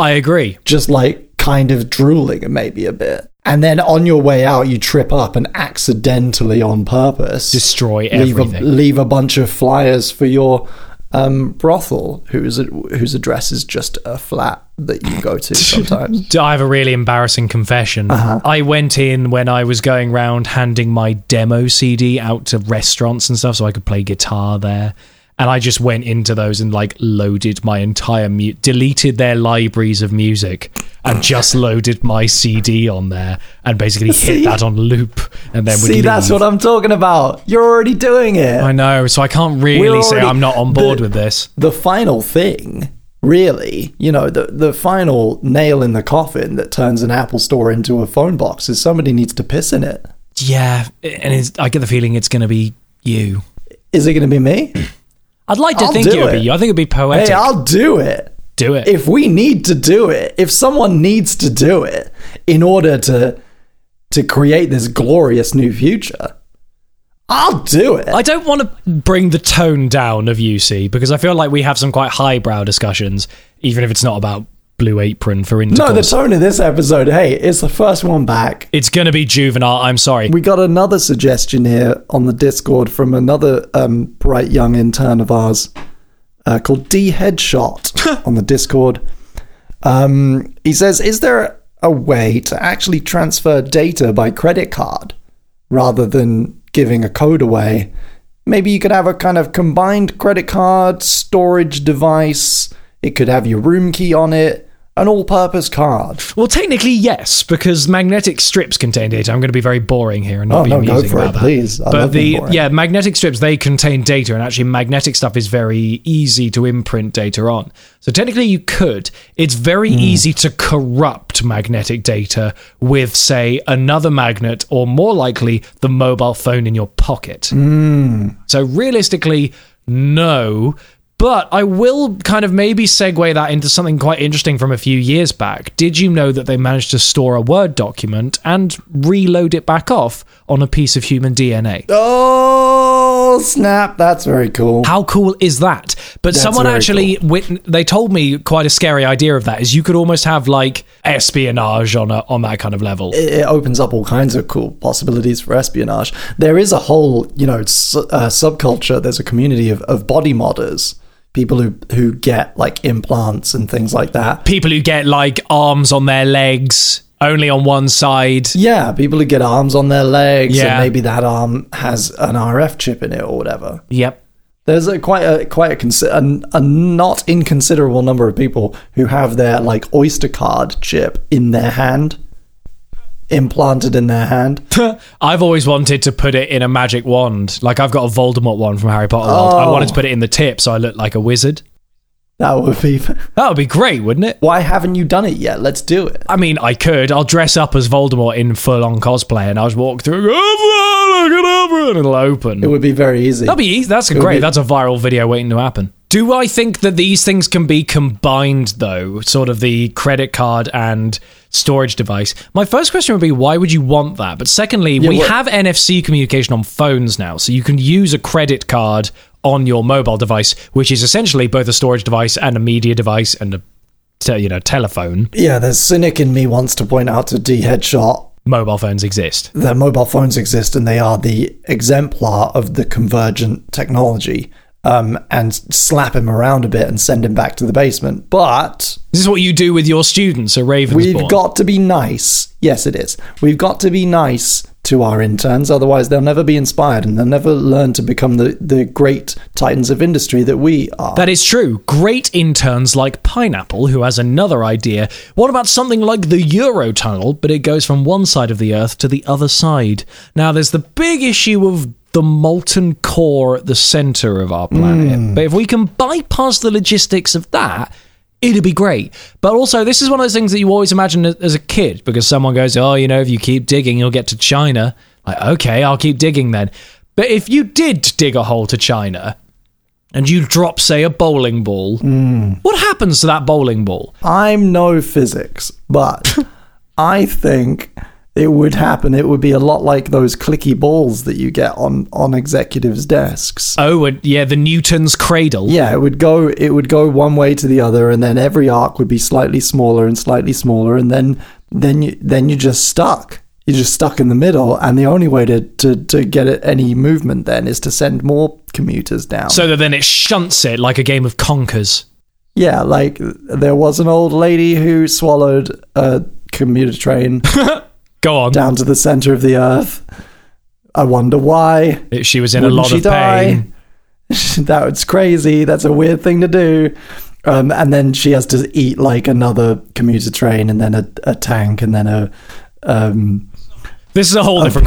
[SPEAKER 2] I agree.
[SPEAKER 1] just like kind of drooling maybe a bit. And then on your way out, you trip up and accidentally on purpose
[SPEAKER 2] Destroy
[SPEAKER 1] leave a,
[SPEAKER 2] everything.
[SPEAKER 1] leave a bunch of flyers for your um, brothel whose whose address is just a flat that you go to sometimes.
[SPEAKER 2] I have a really embarrassing confession.
[SPEAKER 1] Uh-huh.
[SPEAKER 2] I went in when I was going round handing my demo CD out to restaurants and stuff so I could play guitar there. And I just went into those and like loaded my entire mu- deleted their libraries of music and just loaded my CD on there and basically hit
[SPEAKER 1] See?
[SPEAKER 2] that on loop and then would
[SPEAKER 1] See, that's
[SPEAKER 2] leave.
[SPEAKER 1] what I'm talking about. You're already doing it.
[SPEAKER 2] I know. So I can't really
[SPEAKER 1] We're
[SPEAKER 2] say
[SPEAKER 1] already-
[SPEAKER 2] I'm not on board
[SPEAKER 1] the-
[SPEAKER 2] with this.
[SPEAKER 1] the final thing, really, you know, the, the final nail in the coffin that turns an Apple store into a phone box is somebody needs to piss in it.
[SPEAKER 2] Yeah, and it's, I get the feeling it's going to be you.
[SPEAKER 1] Is it going to be me?
[SPEAKER 2] I'd like to
[SPEAKER 1] I'll
[SPEAKER 2] think
[SPEAKER 1] do
[SPEAKER 2] it would be
[SPEAKER 1] it.
[SPEAKER 2] you. I think it'd be poetic.
[SPEAKER 1] hey, I'll do it.
[SPEAKER 2] do it.
[SPEAKER 1] If we need to do it, if someone needs to do it in order to to create this glorious new future, I'll do it.
[SPEAKER 2] I don't want to bring the tone down of UC because I feel like we have some quite highbrow discussions, even if it's not about Blue Apron for
[SPEAKER 1] no,
[SPEAKER 2] intercourse.
[SPEAKER 1] the tone of this episode, hey, it's the first one back.
[SPEAKER 2] it's going to be juvenile. I'm sorry.
[SPEAKER 1] We got another suggestion here on the Discord from another um, bright young intern of ours uh, called D Headshot on the Discord. Um, he says, "Is there a way to actually transfer data by credit card rather than giving a code away? Maybe you could have a kind of combined credit card storage device. It could have your room key on it, an all-purpose card."
[SPEAKER 2] well, technically, yes, because magnetic strips contain data. I'm going to be very boring here and not
[SPEAKER 1] Oh,
[SPEAKER 2] be
[SPEAKER 1] no, go
[SPEAKER 2] amusing
[SPEAKER 1] for
[SPEAKER 2] about
[SPEAKER 1] it,
[SPEAKER 2] that.
[SPEAKER 1] please. I
[SPEAKER 2] but
[SPEAKER 1] love being
[SPEAKER 2] the
[SPEAKER 1] boring.
[SPEAKER 2] yeah, magnetic strips they contain data, and actually, magnetic stuff is very easy to imprint data on. So technically, you could. It's very
[SPEAKER 1] Hmm.
[SPEAKER 2] easy to corrupt magnetic data with, say, another magnet, or more likely, the mobile phone in your pocket.
[SPEAKER 1] Hmm.
[SPEAKER 2] So realistically, no. But I will kind of maybe segue that into something quite interesting from a few years back. Did you know that they managed to store a Word document and reload it back off on a piece of human DNA?
[SPEAKER 1] Oh snap! That's very cool.
[SPEAKER 2] How cool is that? But someone
[SPEAKER 1] very
[SPEAKER 2] actually witn- they told me quite a scary idea of that is you could almost have like espionage on a, on that kind of level.
[SPEAKER 1] it opens up all kinds of cool possibilities for espionage. There is a whole, you know, su- uh, subculture. There's a community of, of body modders, people who who get like implants and things like that.
[SPEAKER 2] People who get like arms on their legs, only on one side.
[SPEAKER 1] Yeah, people who get arms on their legs,
[SPEAKER 2] Yeah.
[SPEAKER 1] and maybe that arm has an RF chip in it or whatever.
[SPEAKER 2] Yep.
[SPEAKER 1] There's a quite a quite a, consi- a, a not inconsiderable number of people who have their like Oyster card chip in their hand, implanted in their hand.
[SPEAKER 2] I've always wanted to put it in a magic wand. Like I've got a Voldemort wand from Harry Potter world. I
[SPEAKER 1] Oh.
[SPEAKER 2] wanted to put it in the tip so I look like a wizard.
[SPEAKER 1] That would be.
[SPEAKER 2] That would be great, wouldn't it?
[SPEAKER 1] Why haven't you done it yet? Let's do it.
[SPEAKER 2] I mean, I could. I'll dress up as Voldemort in full on cosplay and I'll just walk through and go, "Oh, look at Oprah," and it'll
[SPEAKER 1] It
[SPEAKER 2] open.
[SPEAKER 1] would be very easy.
[SPEAKER 2] That'd be easy. That's a
[SPEAKER 1] would
[SPEAKER 2] great.
[SPEAKER 1] be-
[SPEAKER 2] That's a viral video waiting to happen. Do I think that these things can be combined though? Sort of the credit card and storage device. My first question would be why would you want that? But secondly, we
[SPEAKER 1] what-
[SPEAKER 2] have NFC communication on phones now, so you can use a credit card on your mobile device, which is essentially both a storage device and a media device and a te- you know telephone.
[SPEAKER 1] yeah, the cynic in me wants to point out to D Headshot
[SPEAKER 2] Mobile phones exist.
[SPEAKER 1] that mobile phones exist and they are the exemplar of the convergent technology. Um, and slap him around a bit and send him back to the basement. But
[SPEAKER 2] This is what you do with your students at Ravensbourne.
[SPEAKER 1] we've got to be nice. Yes, it is. We've got to be nice to our interns, otherwise they'll never be inspired and they'll never learn to become the, the great titans of industry that we are.
[SPEAKER 2] That is true. Great interns like Pineapple, who has another idea. What about something like the Eurotunnel, but it goes from one side of the Earth to the other side? Now, there's the big issue of the molten core at the center of our planet. But if we can bypass the logistics of that, it'd be great. But also, this is one of those things that you always imagine as as a kid because someone goes, "Oh, you know, if you keep digging, you'll get to China." Like, okay, I'll keep digging then. But if you did dig a hole to China and you drop, say, a bowling ball, what happens to that bowling ball?
[SPEAKER 1] I'm no physics, but I think it would happen. It would be a lot like those clicky balls that you get on on executives' desks.
[SPEAKER 2] Oh, and yeah, the Newton's cradle.
[SPEAKER 1] Yeah, it would go it would go one way to the other and then every arc would be slightly smaller and slightly smaller and then then you then you're just stuck. you're just stuck in the middle, and the only way to, to, to get it- any movement then is to send more commuters down.
[SPEAKER 2] So that then it shunts it like a game of conkers.
[SPEAKER 1] yeah, like there was an old lady who swallowed a commuter train
[SPEAKER 2] Go on.
[SPEAKER 1] down to the center of the earth. I wonder why.
[SPEAKER 2] If She was in
[SPEAKER 1] Wouldn't
[SPEAKER 2] a lot
[SPEAKER 1] she
[SPEAKER 2] of pain.
[SPEAKER 1] die? That's crazy. That's a weird thing to do. Um, and then she has to eat like another commuter train, and then a, a tank, and then a. Um,
[SPEAKER 2] This is a whole different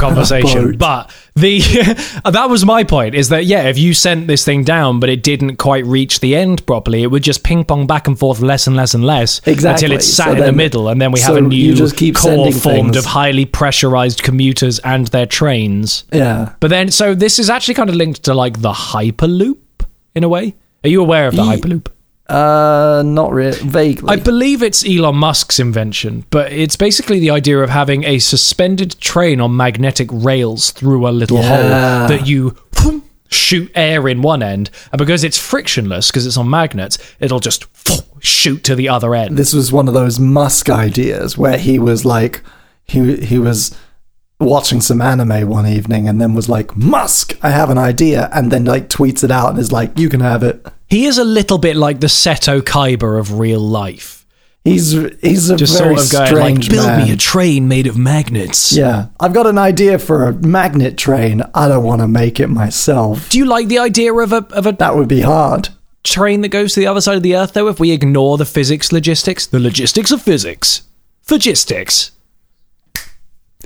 [SPEAKER 2] conversation.
[SPEAKER 1] boat.
[SPEAKER 2] But the that was my point is that yeah, if you sent this thing down but it didn't quite reach the end properly, it would just ping pong back and forth less and less and less
[SPEAKER 1] Exactly.
[SPEAKER 2] until it's sat
[SPEAKER 1] So
[SPEAKER 2] in the
[SPEAKER 1] then-
[SPEAKER 2] middle and then we have
[SPEAKER 1] so
[SPEAKER 2] a
[SPEAKER 1] you
[SPEAKER 2] new
[SPEAKER 1] just keep
[SPEAKER 2] core
[SPEAKER 1] sending
[SPEAKER 2] formed
[SPEAKER 1] things.
[SPEAKER 2] of highly pressurized commuters and their trains.
[SPEAKER 1] yeah,
[SPEAKER 2] But then so this is actually kind of linked to like the hyperloop in a way. Are you aware of the
[SPEAKER 1] Ye-
[SPEAKER 2] hyperloop?
[SPEAKER 1] uh, not really. Vaguely,
[SPEAKER 2] I believe it's Elon Musk's invention, but it's basically the idea of having a suspended train on magnetic rails through a little
[SPEAKER 1] Yeah.
[SPEAKER 2] hole that you whoom, shoot air in one end, and because it's frictionless, because it's on magnets, it'll just whoom, shoot to the other end.
[SPEAKER 1] this was one of those Musk ideas where he was like, he he was watching some anime one evening, and then was like, Musk, I have an idea, and then like tweets it out and is like, you can have it.
[SPEAKER 2] He is a little bit like the Seto Kaiba of real life.
[SPEAKER 1] He's he's a
[SPEAKER 2] Just
[SPEAKER 1] very
[SPEAKER 2] sort of going
[SPEAKER 1] strange
[SPEAKER 2] like, build
[SPEAKER 1] man.
[SPEAKER 2] me a train made of magnets.
[SPEAKER 1] Yeah. I've got an idea for a magnet train. I don't want to make it myself.
[SPEAKER 2] Do you like the idea of a of a
[SPEAKER 1] That would be hard.
[SPEAKER 2] train that goes to the other side of the earth, though, if we ignore the physics logistics? The logistics of physics. Logistics.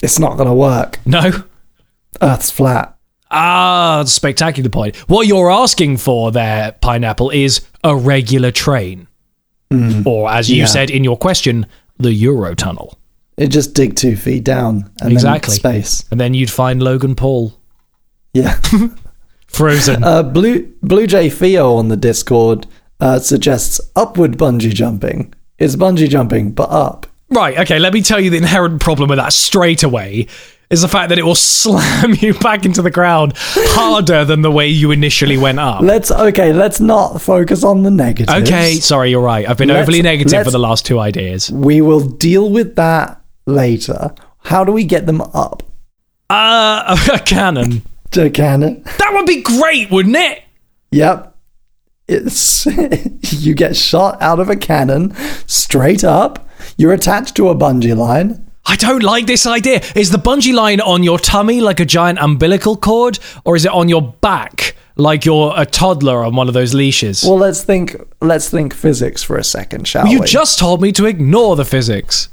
[SPEAKER 1] It's not going to work.
[SPEAKER 2] No?
[SPEAKER 1] Earth's flat.
[SPEAKER 2] Ah, spectacular point. What you're asking for there, Pineapple, is a regular train. Or, as you
[SPEAKER 1] Yeah.
[SPEAKER 2] said in your question, the Eurotunnel.
[SPEAKER 1] It just dig two feet down and
[SPEAKER 2] Exactly.
[SPEAKER 1] then space.
[SPEAKER 2] And then you'd find Logan Paul
[SPEAKER 1] Yeah.
[SPEAKER 2] frozen.
[SPEAKER 1] uh, Blue Blue Jay Theo on the Discord uh, suggests upward bungee jumping. It's bungee jumping, but up.
[SPEAKER 2] right, okay, let me tell you the inherent problem with that straight away is the fact that it will slam you back into the ground harder than the way you initially went up.
[SPEAKER 1] Let's okay. Let's not focus on the negatives.
[SPEAKER 2] Okay, sorry, you're right. I've been
[SPEAKER 1] Let's-
[SPEAKER 2] overly negative
[SPEAKER 1] let's-
[SPEAKER 2] for the last two ideas.
[SPEAKER 1] We will deal with that later. How do we get them up?
[SPEAKER 2] Uh, a cannon.
[SPEAKER 1] To cannon.
[SPEAKER 2] That would be great, wouldn't it?
[SPEAKER 1] Yep. It's you get shot out of a cannon straight up. You're attached to a bungee line.
[SPEAKER 2] I don't like this idea. Is the bungee line on your tummy like a giant umbilical cord, or is it on your back like you're a toddler on one of those leashes?
[SPEAKER 1] Well, let's think. Let's think physics for a second, shall
[SPEAKER 2] you
[SPEAKER 1] we?
[SPEAKER 2] just told me to ignore the physics.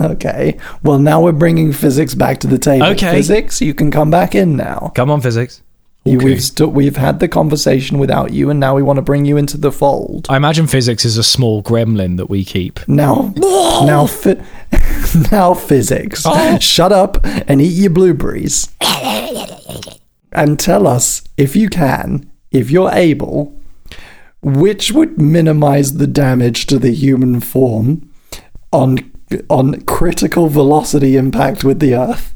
[SPEAKER 1] okay. Well, now we're bringing physics back to the table.
[SPEAKER 2] Okay.
[SPEAKER 1] Physics, you can come back in now.
[SPEAKER 2] Come on, physics.
[SPEAKER 1] You, we've st- we've had the conversation without you, and now we want to bring you into the fold.
[SPEAKER 2] I imagine physics is a small gremlin that we keep.
[SPEAKER 1] Now, now, fi- now, physics. Shut up and eat your blueberries. and tell us, if you can, if you're able, which would minimize the damage to the human form on on critical velocity impact with the Earth.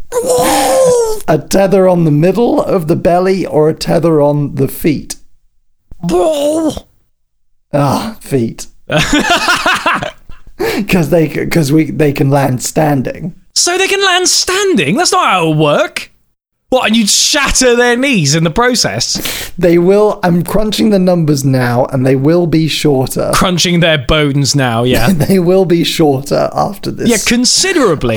[SPEAKER 1] a tether on the middle of the belly or a tether on the feet. Ah, feet. Because they because we they can land standing.
[SPEAKER 2] So they can land standing? That's not how it'll work. What, and you'd shatter their knees in the process,
[SPEAKER 1] They will. I'm crunching the numbers now, and they will be shorter.
[SPEAKER 2] crunching their bones now, yeah?
[SPEAKER 1] They will be shorter after this.
[SPEAKER 2] Yeah, considerably.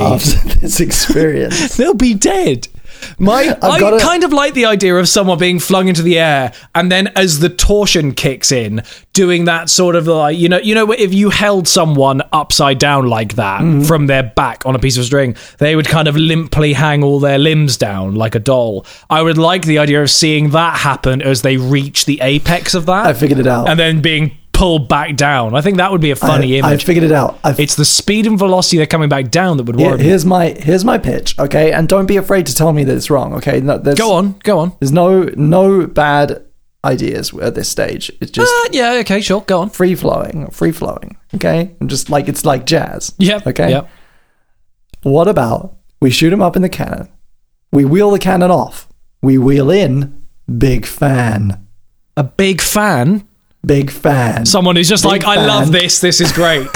[SPEAKER 1] after this experience.
[SPEAKER 2] They'll be dead. My, I
[SPEAKER 1] got a-
[SPEAKER 2] kind of like the idea of someone being flung into the air and then as the torsion kicks in, doing that sort of like you know, you know, if you held someone upside down like that
[SPEAKER 1] Mm-hmm.
[SPEAKER 2] from their back on a piece of string, they would kind of limply hang all their limbs down like a doll. I would like the idea of seeing that happen as they reach the apex of that
[SPEAKER 1] I figured it out.
[SPEAKER 2] and then being pulled back down. I think that would be a funny
[SPEAKER 1] I, I
[SPEAKER 2] image.
[SPEAKER 1] figured it out. I
[SPEAKER 2] it's the speed and velocity they're coming back down that would worry me.
[SPEAKER 1] here's my here's my pitch. Okay, and don't be afraid to tell me that it's wrong. Okay, no, there's,
[SPEAKER 2] Go on, go on.
[SPEAKER 1] There's no no bad ideas at this stage. It's just
[SPEAKER 2] Uh, yeah, okay, sure, go on.
[SPEAKER 1] free flowing, free flowing. Okay, and just like it's like jazz.
[SPEAKER 2] Yep.
[SPEAKER 1] Okay.
[SPEAKER 2] Yep.
[SPEAKER 1] What about we shoot him up in the cannon? We wheel the cannon off. We wheel in big fan,
[SPEAKER 2] A big fan.
[SPEAKER 1] big fan,
[SPEAKER 2] Someone who's just
[SPEAKER 1] Big
[SPEAKER 2] like, I love
[SPEAKER 1] fan.
[SPEAKER 2] this. This is great.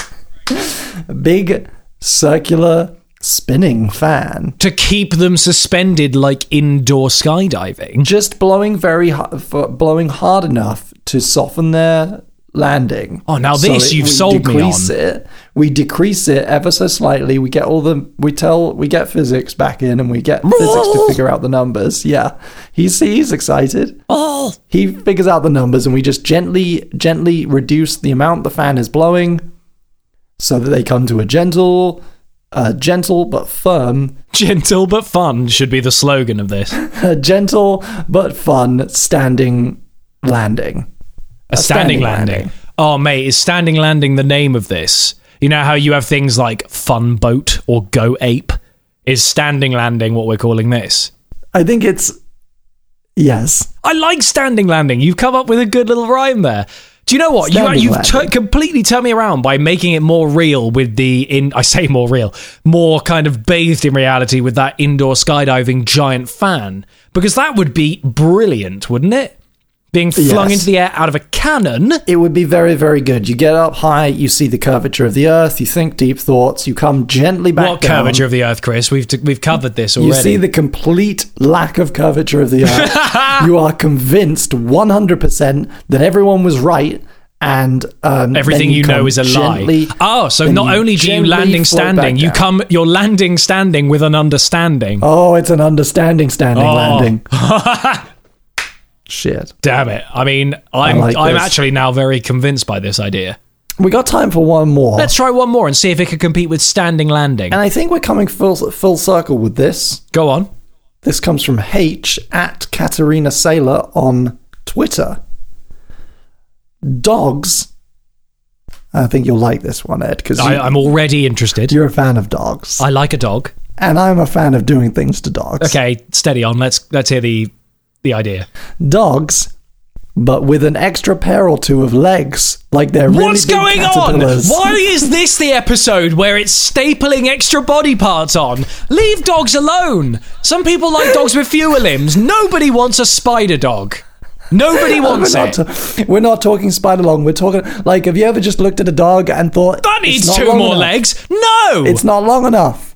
[SPEAKER 1] big circular spinning fan.
[SPEAKER 2] to keep them suspended like indoor skydiving.
[SPEAKER 1] Just blowing very ha- for blowing hard enough to soften their landing.
[SPEAKER 2] Oh, now this
[SPEAKER 1] that
[SPEAKER 2] you've
[SPEAKER 1] we
[SPEAKER 2] sold me
[SPEAKER 1] decrease It, we decrease it ever so slightly. We get all the we tell we get physics back in, and we get physics to figure out the numbers. Yeah, he's he's excited.
[SPEAKER 2] Oh,
[SPEAKER 1] He figures out the numbers, and we just gently gently reduce the amount the fan is blowing, so that they come to a gentle, uh, gentle but firm
[SPEAKER 2] gentle but fun should be the slogan of this. A
[SPEAKER 1] a gentle but fun standing landing.
[SPEAKER 2] standing,
[SPEAKER 1] standing
[SPEAKER 2] landing.
[SPEAKER 1] landing.
[SPEAKER 2] Oh, mate, is standing landing the name of this? You know how you have things like fun boat or go ape? Is standing landing what we're calling this?
[SPEAKER 1] I think it's yes.
[SPEAKER 2] I like standing landing. You've come up with a good little rhyme there. Do you know what?
[SPEAKER 1] Standing
[SPEAKER 2] you, you've tu-
[SPEAKER 1] landing.
[SPEAKER 2] completely turned me around by making it more real with the in. I say more real, more kind of bathed in reality with that indoor skydiving giant fan because that would be brilliant, wouldn't it? Being flung
[SPEAKER 1] Yes.
[SPEAKER 2] into the air out of a cannon.
[SPEAKER 1] It would be very, very good. You get up high, you see the curvature of the earth, you think deep thoughts, you come gently back
[SPEAKER 2] What
[SPEAKER 1] down.
[SPEAKER 2] curvature of the Earth, Chris? We've t- we've covered this
[SPEAKER 1] You
[SPEAKER 2] already.
[SPEAKER 1] see the complete lack of curvature of the earth. you are convinced 100% that everyone was right and um,
[SPEAKER 2] Everything
[SPEAKER 1] then
[SPEAKER 2] you know
[SPEAKER 1] come
[SPEAKER 2] is a
[SPEAKER 1] gently-
[SPEAKER 2] lie. Oh, so
[SPEAKER 1] then
[SPEAKER 2] not
[SPEAKER 1] you
[SPEAKER 2] only do you
[SPEAKER 1] gently
[SPEAKER 2] landing
[SPEAKER 1] float back
[SPEAKER 2] standing, you
[SPEAKER 1] down.
[SPEAKER 2] come you're landing standing with an understanding.
[SPEAKER 1] Oh, it's an understanding standing
[SPEAKER 2] Oh.
[SPEAKER 1] landing. Shit.
[SPEAKER 2] Damn it. I mean, I'm
[SPEAKER 1] like
[SPEAKER 2] I'm
[SPEAKER 1] this.
[SPEAKER 2] actually now very convinced by this idea.
[SPEAKER 1] We got time for one more.
[SPEAKER 2] Let's try one more and see if it could compete with standing landing.
[SPEAKER 1] and I think we're coming full, full circle with this.
[SPEAKER 2] Go on.
[SPEAKER 1] This comes from H at Katarina Sailor on Twitter. Dogs. I think you'll like this one, Ed, because
[SPEAKER 2] I, I'm already interested.
[SPEAKER 1] you're a fan of dogs.
[SPEAKER 2] I like a dog.
[SPEAKER 1] and I'm a fan of doing things to dogs.
[SPEAKER 2] Okay, steady on. Let's let's hear the the idea.
[SPEAKER 1] Dogs, but with an extra pair or two of legs, like they're really
[SPEAKER 2] What's
[SPEAKER 1] big
[SPEAKER 2] going on?
[SPEAKER 1] caterpillars.
[SPEAKER 2] Why is this the episode where it's stapling extra body parts on? Leave dogs alone. Some people like dogs with fewer limbs. Nobody wants a spider dog. Nobody
[SPEAKER 1] We're
[SPEAKER 2] wants
[SPEAKER 1] not,
[SPEAKER 2] it.
[SPEAKER 1] ta- we're not talking spider long. We're talking like, have you ever just looked at a dog and thought
[SPEAKER 2] That
[SPEAKER 1] "It's
[SPEAKER 2] needs
[SPEAKER 1] not
[SPEAKER 2] two
[SPEAKER 1] long
[SPEAKER 2] more
[SPEAKER 1] enough.
[SPEAKER 2] legs. No,
[SPEAKER 1] It's not long enough.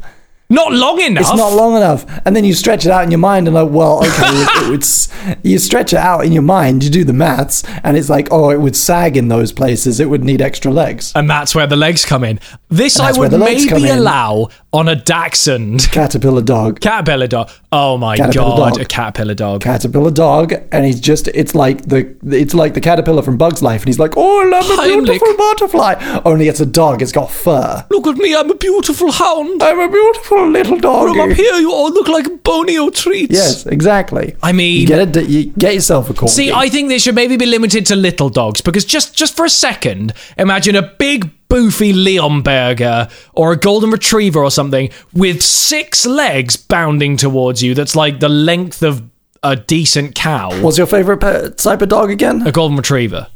[SPEAKER 2] not long enough.
[SPEAKER 1] It's not long enough. And then you stretch it out in your mind and like, well, okay, it, it would, s- you stretch it out in your mind, you do the maths, and it's like, oh, it would sag in those places. It would need extra legs.
[SPEAKER 2] And that's where the legs come in. This I
[SPEAKER 1] that's where
[SPEAKER 2] would
[SPEAKER 1] the legs come
[SPEAKER 2] maybe
[SPEAKER 1] in.
[SPEAKER 2] allow on a dachshund.
[SPEAKER 1] Caterpillar dog.
[SPEAKER 2] Caterpillar dog. Oh my
[SPEAKER 1] Caterpillar
[SPEAKER 2] god,
[SPEAKER 1] dog.
[SPEAKER 2] a caterpillar dog.
[SPEAKER 1] Caterpillar dog, and he's just it's like the it's like the caterpillar from Bug's Life, and he's like, Oh, I love a
[SPEAKER 2] Heimlich.
[SPEAKER 1] beautiful butterfly. Only it's a dog, it's got fur.
[SPEAKER 2] Look at me, I'm a beautiful hound.
[SPEAKER 1] I'm a beautiful little dog.
[SPEAKER 2] here, you all look like bonio treats.
[SPEAKER 1] Yes, exactly.
[SPEAKER 2] I mean-
[SPEAKER 1] you get it you get yourself a corgi.
[SPEAKER 2] See, I think this should maybe be limited to little dogs because just just for a second, imagine a big boofy Leonberger or a golden retriever or something with six legs bounding towards you. That's like the length of a decent cow.
[SPEAKER 1] What's your favorite pet type of dog again?
[SPEAKER 2] A golden retriever.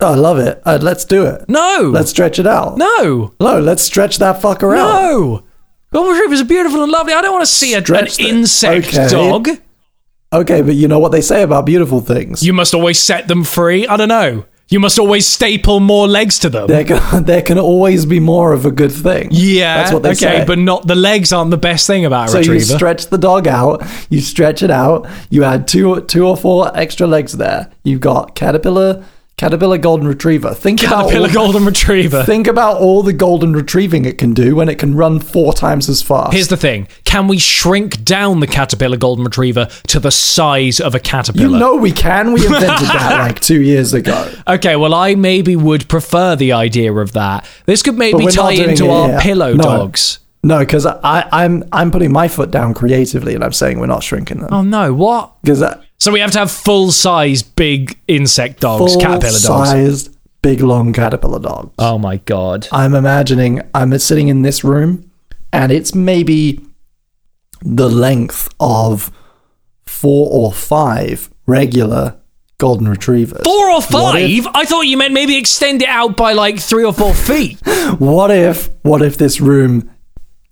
[SPEAKER 1] Oh, I love it. Uh, let's do it.
[SPEAKER 2] No,
[SPEAKER 1] Let's stretch it out.
[SPEAKER 2] no.
[SPEAKER 1] No, let's stretch that fucker out.
[SPEAKER 2] No. Golden retrievers are beautiful and lovely. I don't want to see a, an
[SPEAKER 1] Stretch the-
[SPEAKER 2] insect
[SPEAKER 1] Okay.
[SPEAKER 2] dog.
[SPEAKER 1] Okay, but you know what they say about beautiful things.
[SPEAKER 2] You must always set them free. I don't know. You must always staple more legs to them.
[SPEAKER 1] there, can, there can always be more of a good thing.
[SPEAKER 2] yeah,
[SPEAKER 1] That's what they
[SPEAKER 2] okay,
[SPEAKER 1] say.
[SPEAKER 2] but not the legs aren't the best thing about a
[SPEAKER 1] so you
[SPEAKER 2] retriever.
[SPEAKER 1] stretch the dog out, you stretch it out, you add two two or four extra legs there. You've got caterpillar, caterpillar golden retriever. Think
[SPEAKER 2] Caterpillar
[SPEAKER 1] about all,
[SPEAKER 2] golden retriever.
[SPEAKER 1] think about all the golden retrieving it can do when it can run four times as fast.
[SPEAKER 2] Here's the thing: can we shrink down the caterpillar golden retriever to the size of a caterpillar?
[SPEAKER 1] you know we can. We invented that like two years ago.
[SPEAKER 2] Okay, well, I maybe would prefer the idea of that. This could maybe
[SPEAKER 1] we're
[SPEAKER 2] tie
[SPEAKER 1] not doing
[SPEAKER 2] into
[SPEAKER 1] it
[SPEAKER 2] our
[SPEAKER 1] here.
[SPEAKER 2] pillow
[SPEAKER 1] No.
[SPEAKER 2] dogs.
[SPEAKER 1] No, because I I'm I'm putting my foot down creatively, and I'm saying we're not shrinking them uh,
[SPEAKER 2] Oh no, what?
[SPEAKER 1] because
[SPEAKER 2] So we have to have full size big insect dogs, caterpillar dogs.
[SPEAKER 1] sized big long caterpillar dogs.
[SPEAKER 2] Oh my god.
[SPEAKER 1] I'm imagining I'm sitting in this room, and it's maybe the length of four or five regular golden retrievers.
[SPEAKER 2] Four or five? I thought you meant maybe extend it out by like three or four feet.
[SPEAKER 1] What if what if this room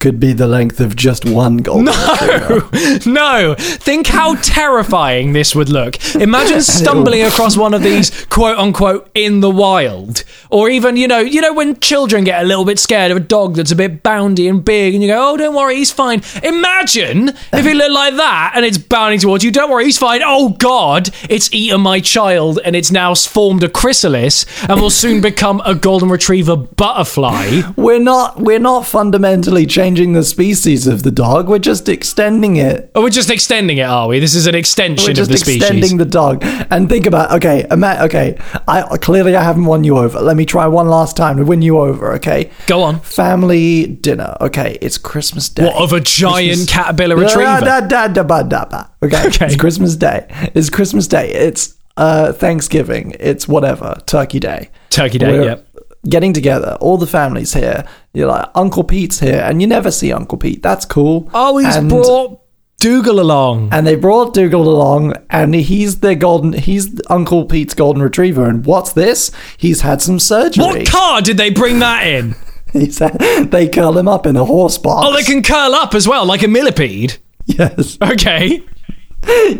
[SPEAKER 1] could be the length of just one golden retriever.
[SPEAKER 2] no. Think how terrifying this would look. Imagine stumbling across one of these quote unquote in the wild. Or even, you know, you know when children get a little bit scared of a dog that's a bit boundy and big and you go, "Oh, don't worry, he's fine." Imagine if it looked like that and it's bounding towards you. "Don't worry, he's fine." "Oh god, it's eaten my child and it's now formed a chrysalis and will soon become a golden retriever butterfly."
[SPEAKER 1] We're not we're not fundamentally changing the species of the dog. We're just extending it
[SPEAKER 2] Oh, we're just extending it, are we? This is an extension
[SPEAKER 1] We're
[SPEAKER 2] of
[SPEAKER 1] just
[SPEAKER 2] the species.
[SPEAKER 1] extending the dog. And think about okay, ima- okay. I clearly I haven't won you over. Let me try one last time to win you over. Okay,
[SPEAKER 2] Go on.
[SPEAKER 1] Family dinner. Okay, it's Christmas Day.
[SPEAKER 2] What of a giant caterpillar
[SPEAKER 1] Da-
[SPEAKER 2] retriever?
[SPEAKER 1] da- da- da- ba- da- ba. Okay,
[SPEAKER 2] Okay.
[SPEAKER 1] it's Christmas Day. It's Christmas Day. It's uh Thanksgiving. It's whatever Turkey Day.
[SPEAKER 2] Turkey Day,
[SPEAKER 1] We're
[SPEAKER 2] yep.
[SPEAKER 1] Getting together, all the families here. You're like Uncle Pete's here, and you never see Uncle Pete. That's cool.
[SPEAKER 2] Oh, he's
[SPEAKER 1] And-
[SPEAKER 2] brought Dougal along.
[SPEAKER 1] and they brought Dougal along, and he's their golden. He's Uncle Pete's golden retriever. And what's this? He's had some surgery.
[SPEAKER 2] What car did they bring that in?
[SPEAKER 1] He's had- they curl him up in a horse box.
[SPEAKER 2] Oh, they can curl up as well, like a millipede.
[SPEAKER 1] yes,
[SPEAKER 2] Okay.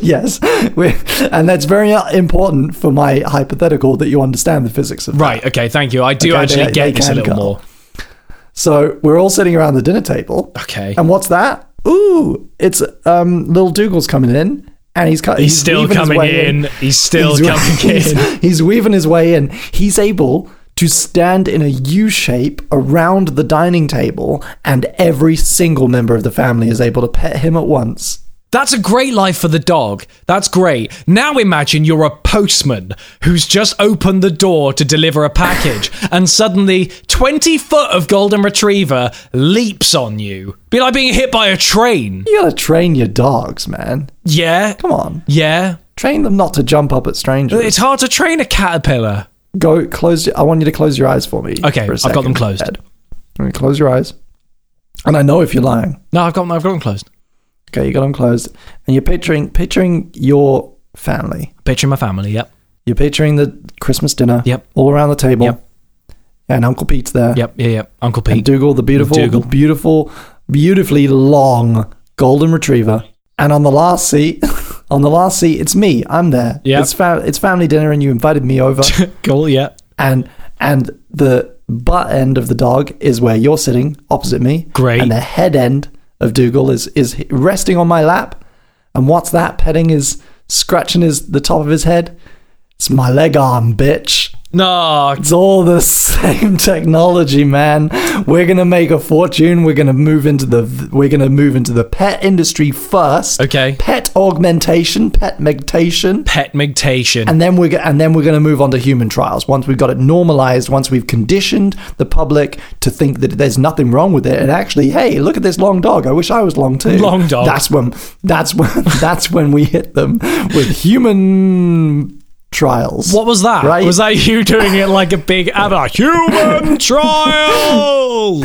[SPEAKER 1] yes. We- and that's very important for my hypothetical that you understand the physics of. that.
[SPEAKER 2] Right, okay, thank you. I do
[SPEAKER 1] Okay,
[SPEAKER 2] actually
[SPEAKER 1] they-
[SPEAKER 2] get
[SPEAKER 1] they
[SPEAKER 2] this a
[SPEAKER 1] can
[SPEAKER 2] little
[SPEAKER 1] curl.
[SPEAKER 2] more.
[SPEAKER 1] So we're all sitting around the dinner table.
[SPEAKER 2] Okay.
[SPEAKER 1] And what's that? Ooh, it's um little Dougal's coming in, and he's cut.
[SPEAKER 2] He's still
[SPEAKER 1] weaving his
[SPEAKER 2] coming
[SPEAKER 1] way
[SPEAKER 2] in. He's still
[SPEAKER 1] he's,
[SPEAKER 2] coming
[SPEAKER 1] he's-
[SPEAKER 2] in.
[SPEAKER 1] he's weaving his way in. He's able to stand in a U shape around the dining table, and every single member of the family is able to pet him at once.
[SPEAKER 2] That's a great life for the dog. That's great. Now imagine you're a postman who's just opened the door to deliver a package and suddenly 20 foot of golden retriever leaps on you. Be like being hit by a train.
[SPEAKER 1] You gotta train your dogs, man.
[SPEAKER 2] Yeah.
[SPEAKER 1] Come on,
[SPEAKER 2] Yeah.
[SPEAKER 1] train them not to jump up at strangers.
[SPEAKER 2] It's hard to train a caterpillar.
[SPEAKER 1] Go close. your- I want you to close your eyes for me.
[SPEAKER 2] Okay,
[SPEAKER 1] for a
[SPEAKER 2] I've got
[SPEAKER 1] second,
[SPEAKER 2] them closed.
[SPEAKER 1] Ed. All right, Close your eyes, and I know if you're lying.
[SPEAKER 2] No, I've got I've got them closed.
[SPEAKER 1] Okay, you got them closed, and you're picturing picturing your family.
[SPEAKER 2] Picture my family, yep.
[SPEAKER 1] You're picturing the Christmas dinner.
[SPEAKER 2] Yep.
[SPEAKER 1] All around the table.
[SPEAKER 2] Yep.
[SPEAKER 1] And Uncle Pete's there.
[SPEAKER 2] Yep, yeah, yep. Uncle
[SPEAKER 1] And
[SPEAKER 2] Pete.
[SPEAKER 1] Dougal, the beautiful,
[SPEAKER 2] Dougal.
[SPEAKER 1] the beautiful, beautifully long golden retriever. And on the last seat, on the last seat, it's me. I'm there.
[SPEAKER 2] Yep.
[SPEAKER 1] It's, fa- it's family dinner, and you invited me over.
[SPEAKER 2] cool, yeah.
[SPEAKER 1] and and the butt end of the dog is where you're sitting opposite me.
[SPEAKER 2] Great.
[SPEAKER 1] And the head end of Dougal is is resting on my lap. And what's that? Petting his scratching his the top of his head. It's my leg arm, bitch.
[SPEAKER 2] No,
[SPEAKER 1] It's all the same technology, man. We're gonna make a fortune. We're gonna move into the we're gonna move into the pet industry first.
[SPEAKER 2] Okay.
[SPEAKER 1] Pet augmentation, pet megtation
[SPEAKER 2] pet migtation.
[SPEAKER 1] and then we're go- and then we're going to move on to human trials once we've got it normalized once we've conditioned the public to think that there's nothing wrong with it and actually hey look at this long dog i wish i was long too
[SPEAKER 2] Long dog.
[SPEAKER 1] that's when that's when that's when we hit them with human trials
[SPEAKER 2] What was that?
[SPEAKER 1] Right?
[SPEAKER 2] Was that you doing it like a big ABBA? Human trials!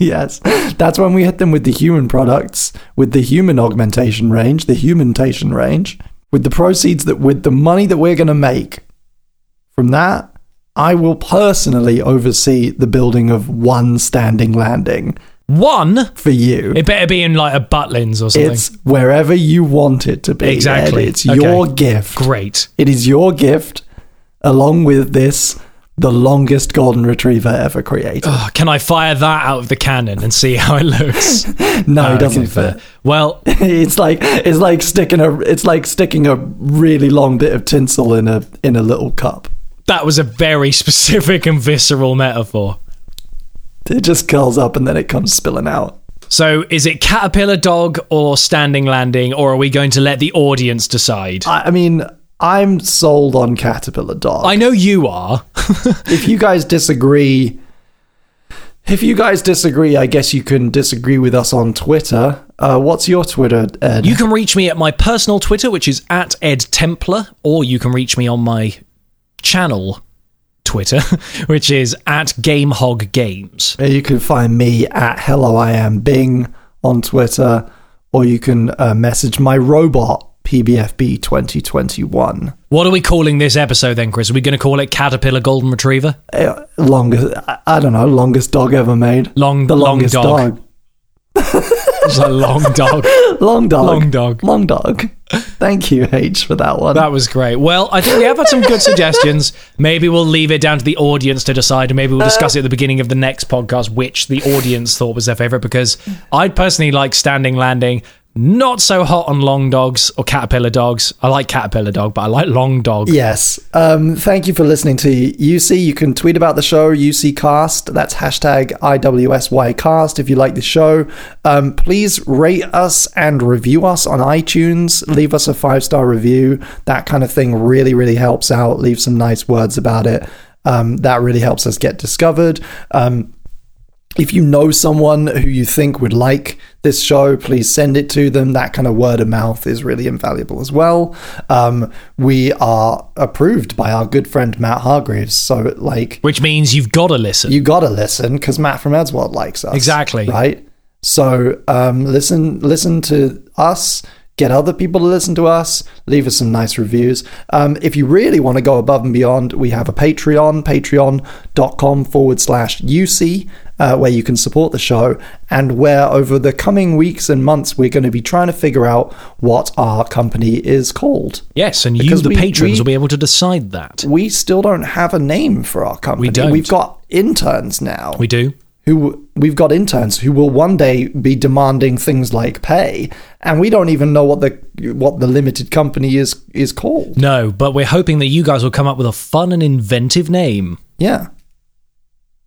[SPEAKER 1] yes that's when we hit them with the human products with the human augmentation range the humantation range with the proceeds that with the money that we're going to make From that, I will personally oversee the building of one standing landing
[SPEAKER 2] One,
[SPEAKER 1] for you.
[SPEAKER 2] it better be in like a Butlins or something.
[SPEAKER 1] It's wherever you want it to be. Ed.
[SPEAKER 2] Exactly.
[SPEAKER 1] It's
[SPEAKER 2] Okay.
[SPEAKER 1] your gift.
[SPEAKER 2] Great.
[SPEAKER 1] It is your gift, along with this, the longest golden retriever ever created.
[SPEAKER 2] Oh, can I fire that out of the cannon and see how it looks?
[SPEAKER 1] no,
[SPEAKER 2] Okay,
[SPEAKER 1] it doesn't fit.
[SPEAKER 2] Well,
[SPEAKER 1] it's like it's like sticking a it's like sticking a really long bit of tinsel in a in a little cup.
[SPEAKER 2] that was a very specific and visceral metaphor.
[SPEAKER 1] It just curls up and then it comes spilling out.
[SPEAKER 2] So, is it caterpillar dog or standing landing, or are we going to let the audience decide?
[SPEAKER 1] I, I mean, I'm sold on caterpillar dog.
[SPEAKER 2] I know you are.
[SPEAKER 1] if you guys disagree if you guys disagree i guess you can disagree with us on twitter uh, what's your twitter ed
[SPEAKER 2] You can reach me at my personal Twitter, which is at Ed Templar, or you can reach me on my channel Twitter, which is at GameHog Games.
[SPEAKER 1] Uh, you can find me at hello i am bing on twitter or you can uh, message my robot pbfb 2021
[SPEAKER 2] What are we calling this episode then, Chris? Are we going to call it Caterpillar Golden Retriever?
[SPEAKER 1] Eh, Uh, longest I- i don't know longest dog ever made
[SPEAKER 2] Long-
[SPEAKER 1] the
[SPEAKER 2] long
[SPEAKER 1] longest
[SPEAKER 2] dog.
[SPEAKER 1] dog,
[SPEAKER 2] It's a long dog.
[SPEAKER 1] Long dog.
[SPEAKER 2] Long dog.
[SPEAKER 1] Long dog. Thank you, H, for that one.
[SPEAKER 2] That was great. Well, I think we have had some good suggestions. Maybe we'll leave it down to the audience to decide, and maybe we'll
[SPEAKER 1] Uh.
[SPEAKER 2] discuss it at the beginning of the next podcast, which the audience thought was their favorite. Because I personally like standing landing. Not so hot on long dogs or caterpillar dogs. I like caterpillar dog, but I like long dog.
[SPEAKER 1] Yes. Um, thank you for listening to UC. You can tweet about the show, UCcast. That's hashtag IWSYcast if you like the show. Um, please rate us and review us on iTunes. Leave us a five star review. That kind of thing really, really helps out. Leave some nice words about it. Um, that really helps us get discovered. Um, if you know someone who you think would like this show, please send it to them. That kind of word of mouth is really invaluable as well. Um, we are approved by our good friend Matt Hargreaves, so like
[SPEAKER 2] Which means you've got to listen.
[SPEAKER 1] you gotta listen because Matt from Edswald likes us,
[SPEAKER 2] Exactly.
[SPEAKER 1] right? So um, listen, listen to us. Get other people to listen to us. Leave us some nice reviews. Um, if you really want to go above and beyond, we have a Patreon, patreon.com forward slash UC, uh, where you can support the show and where over the coming weeks and months, we're going to be trying to figure out what our company is called.
[SPEAKER 2] yes, and you,
[SPEAKER 1] Because
[SPEAKER 2] the
[SPEAKER 1] we-
[SPEAKER 2] patrons,
[SPEAKER 1] we-
[SPEAKER 2] will be able to decide that.
[SPEAKER 1] We still don't have a name for our company.
[SPEAKER 2] don't.
[SPEAKER 1] We've got interns now
[SPEAKER 2] We do.
[SPEAKER 1] who we've got interns who will one day be demanding things like pay, and we don't even know what the what the limited company is is called.
[SPEAKER 2] No, but we're hoping that you guys will come up with a fun and inventive name.
[SPEAKER 1] Yeah,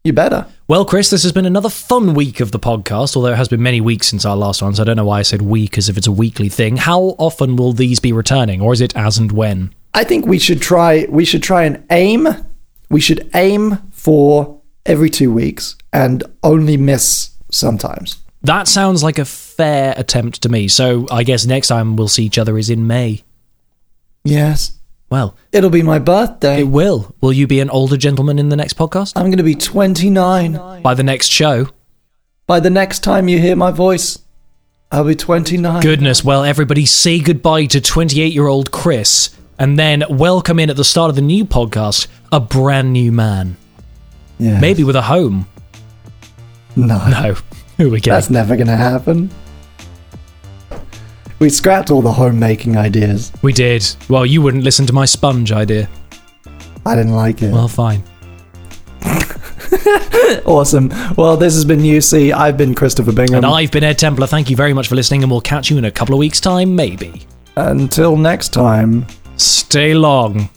[SPEAKER 1] you better.
[SPEAKER 2] Well, Chris, this has been another fun week of the podcast, although it has been many weeks since our last one, so I don't know why I said week as if it's a weekly thing. How often will these be returning, or is it as and when?
[SPEAKER 1] I think we should try we should try and aim. We should aim for every two weeks and only miss sometimes.
[SPEAKER 2] That sounds like a fair attempt to me, so I guess next time we'll see each other is in May.
[SPEAKER 1] Yes,
[SPEAKER 2] Well,
[SPEAKER 1] it'll be my
[SPEAKER 2] it
[SPEAKER 1] birthday.
[SPEAKER 2] will. Will you be an older gentleman in the next podcast?
[SPEAKER 1] I'm going to be 29
[SPEAKER 2] By the next show?
[SPEAKER 1] by the next time you hear my voice. I'll be 29.
[SPEAKER 2] Goodness, well, everybody say goodbye to 28 year old Chris, and then welcome in at the start of the new podcast a brand new man.
[SPEAKER 1] Yeah.
[SPEAKER 2] Maybe with a home.
[SPEAKER 1] no.
[SPEAKER 2] No. Who are we kidding?
[SPEAKER 1] That's never going to happen. We scrapped all the homemaking ideas.
[SPEAKER 2] We did. Well, you wouldn't listen to my sponge idea.
[SPEAKER 1] I didn't like it.
[SPEAKER 2] Well, fine.
[SPEAKER 1] awesome. Well, this has been UC. I've been Christopher Bingham.
[SPEAKER 2] And I've been Ed Templar. Thank you very much for listening, and we'll catch you in a couple of weeks' time, maybe.
[SPEAKER 1] Until next time.
[SPEAKER 2] Stay long.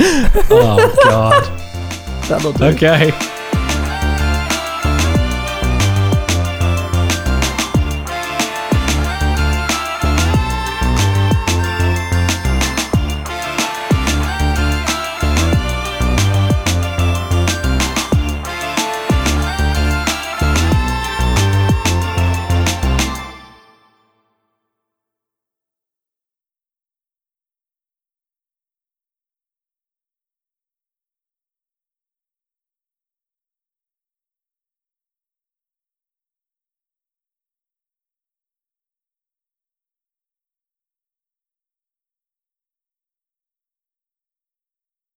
[SPEAKER 2] oh, God.
[SPEAKER 1] That'll do.
[SPEAKER 2] Okay.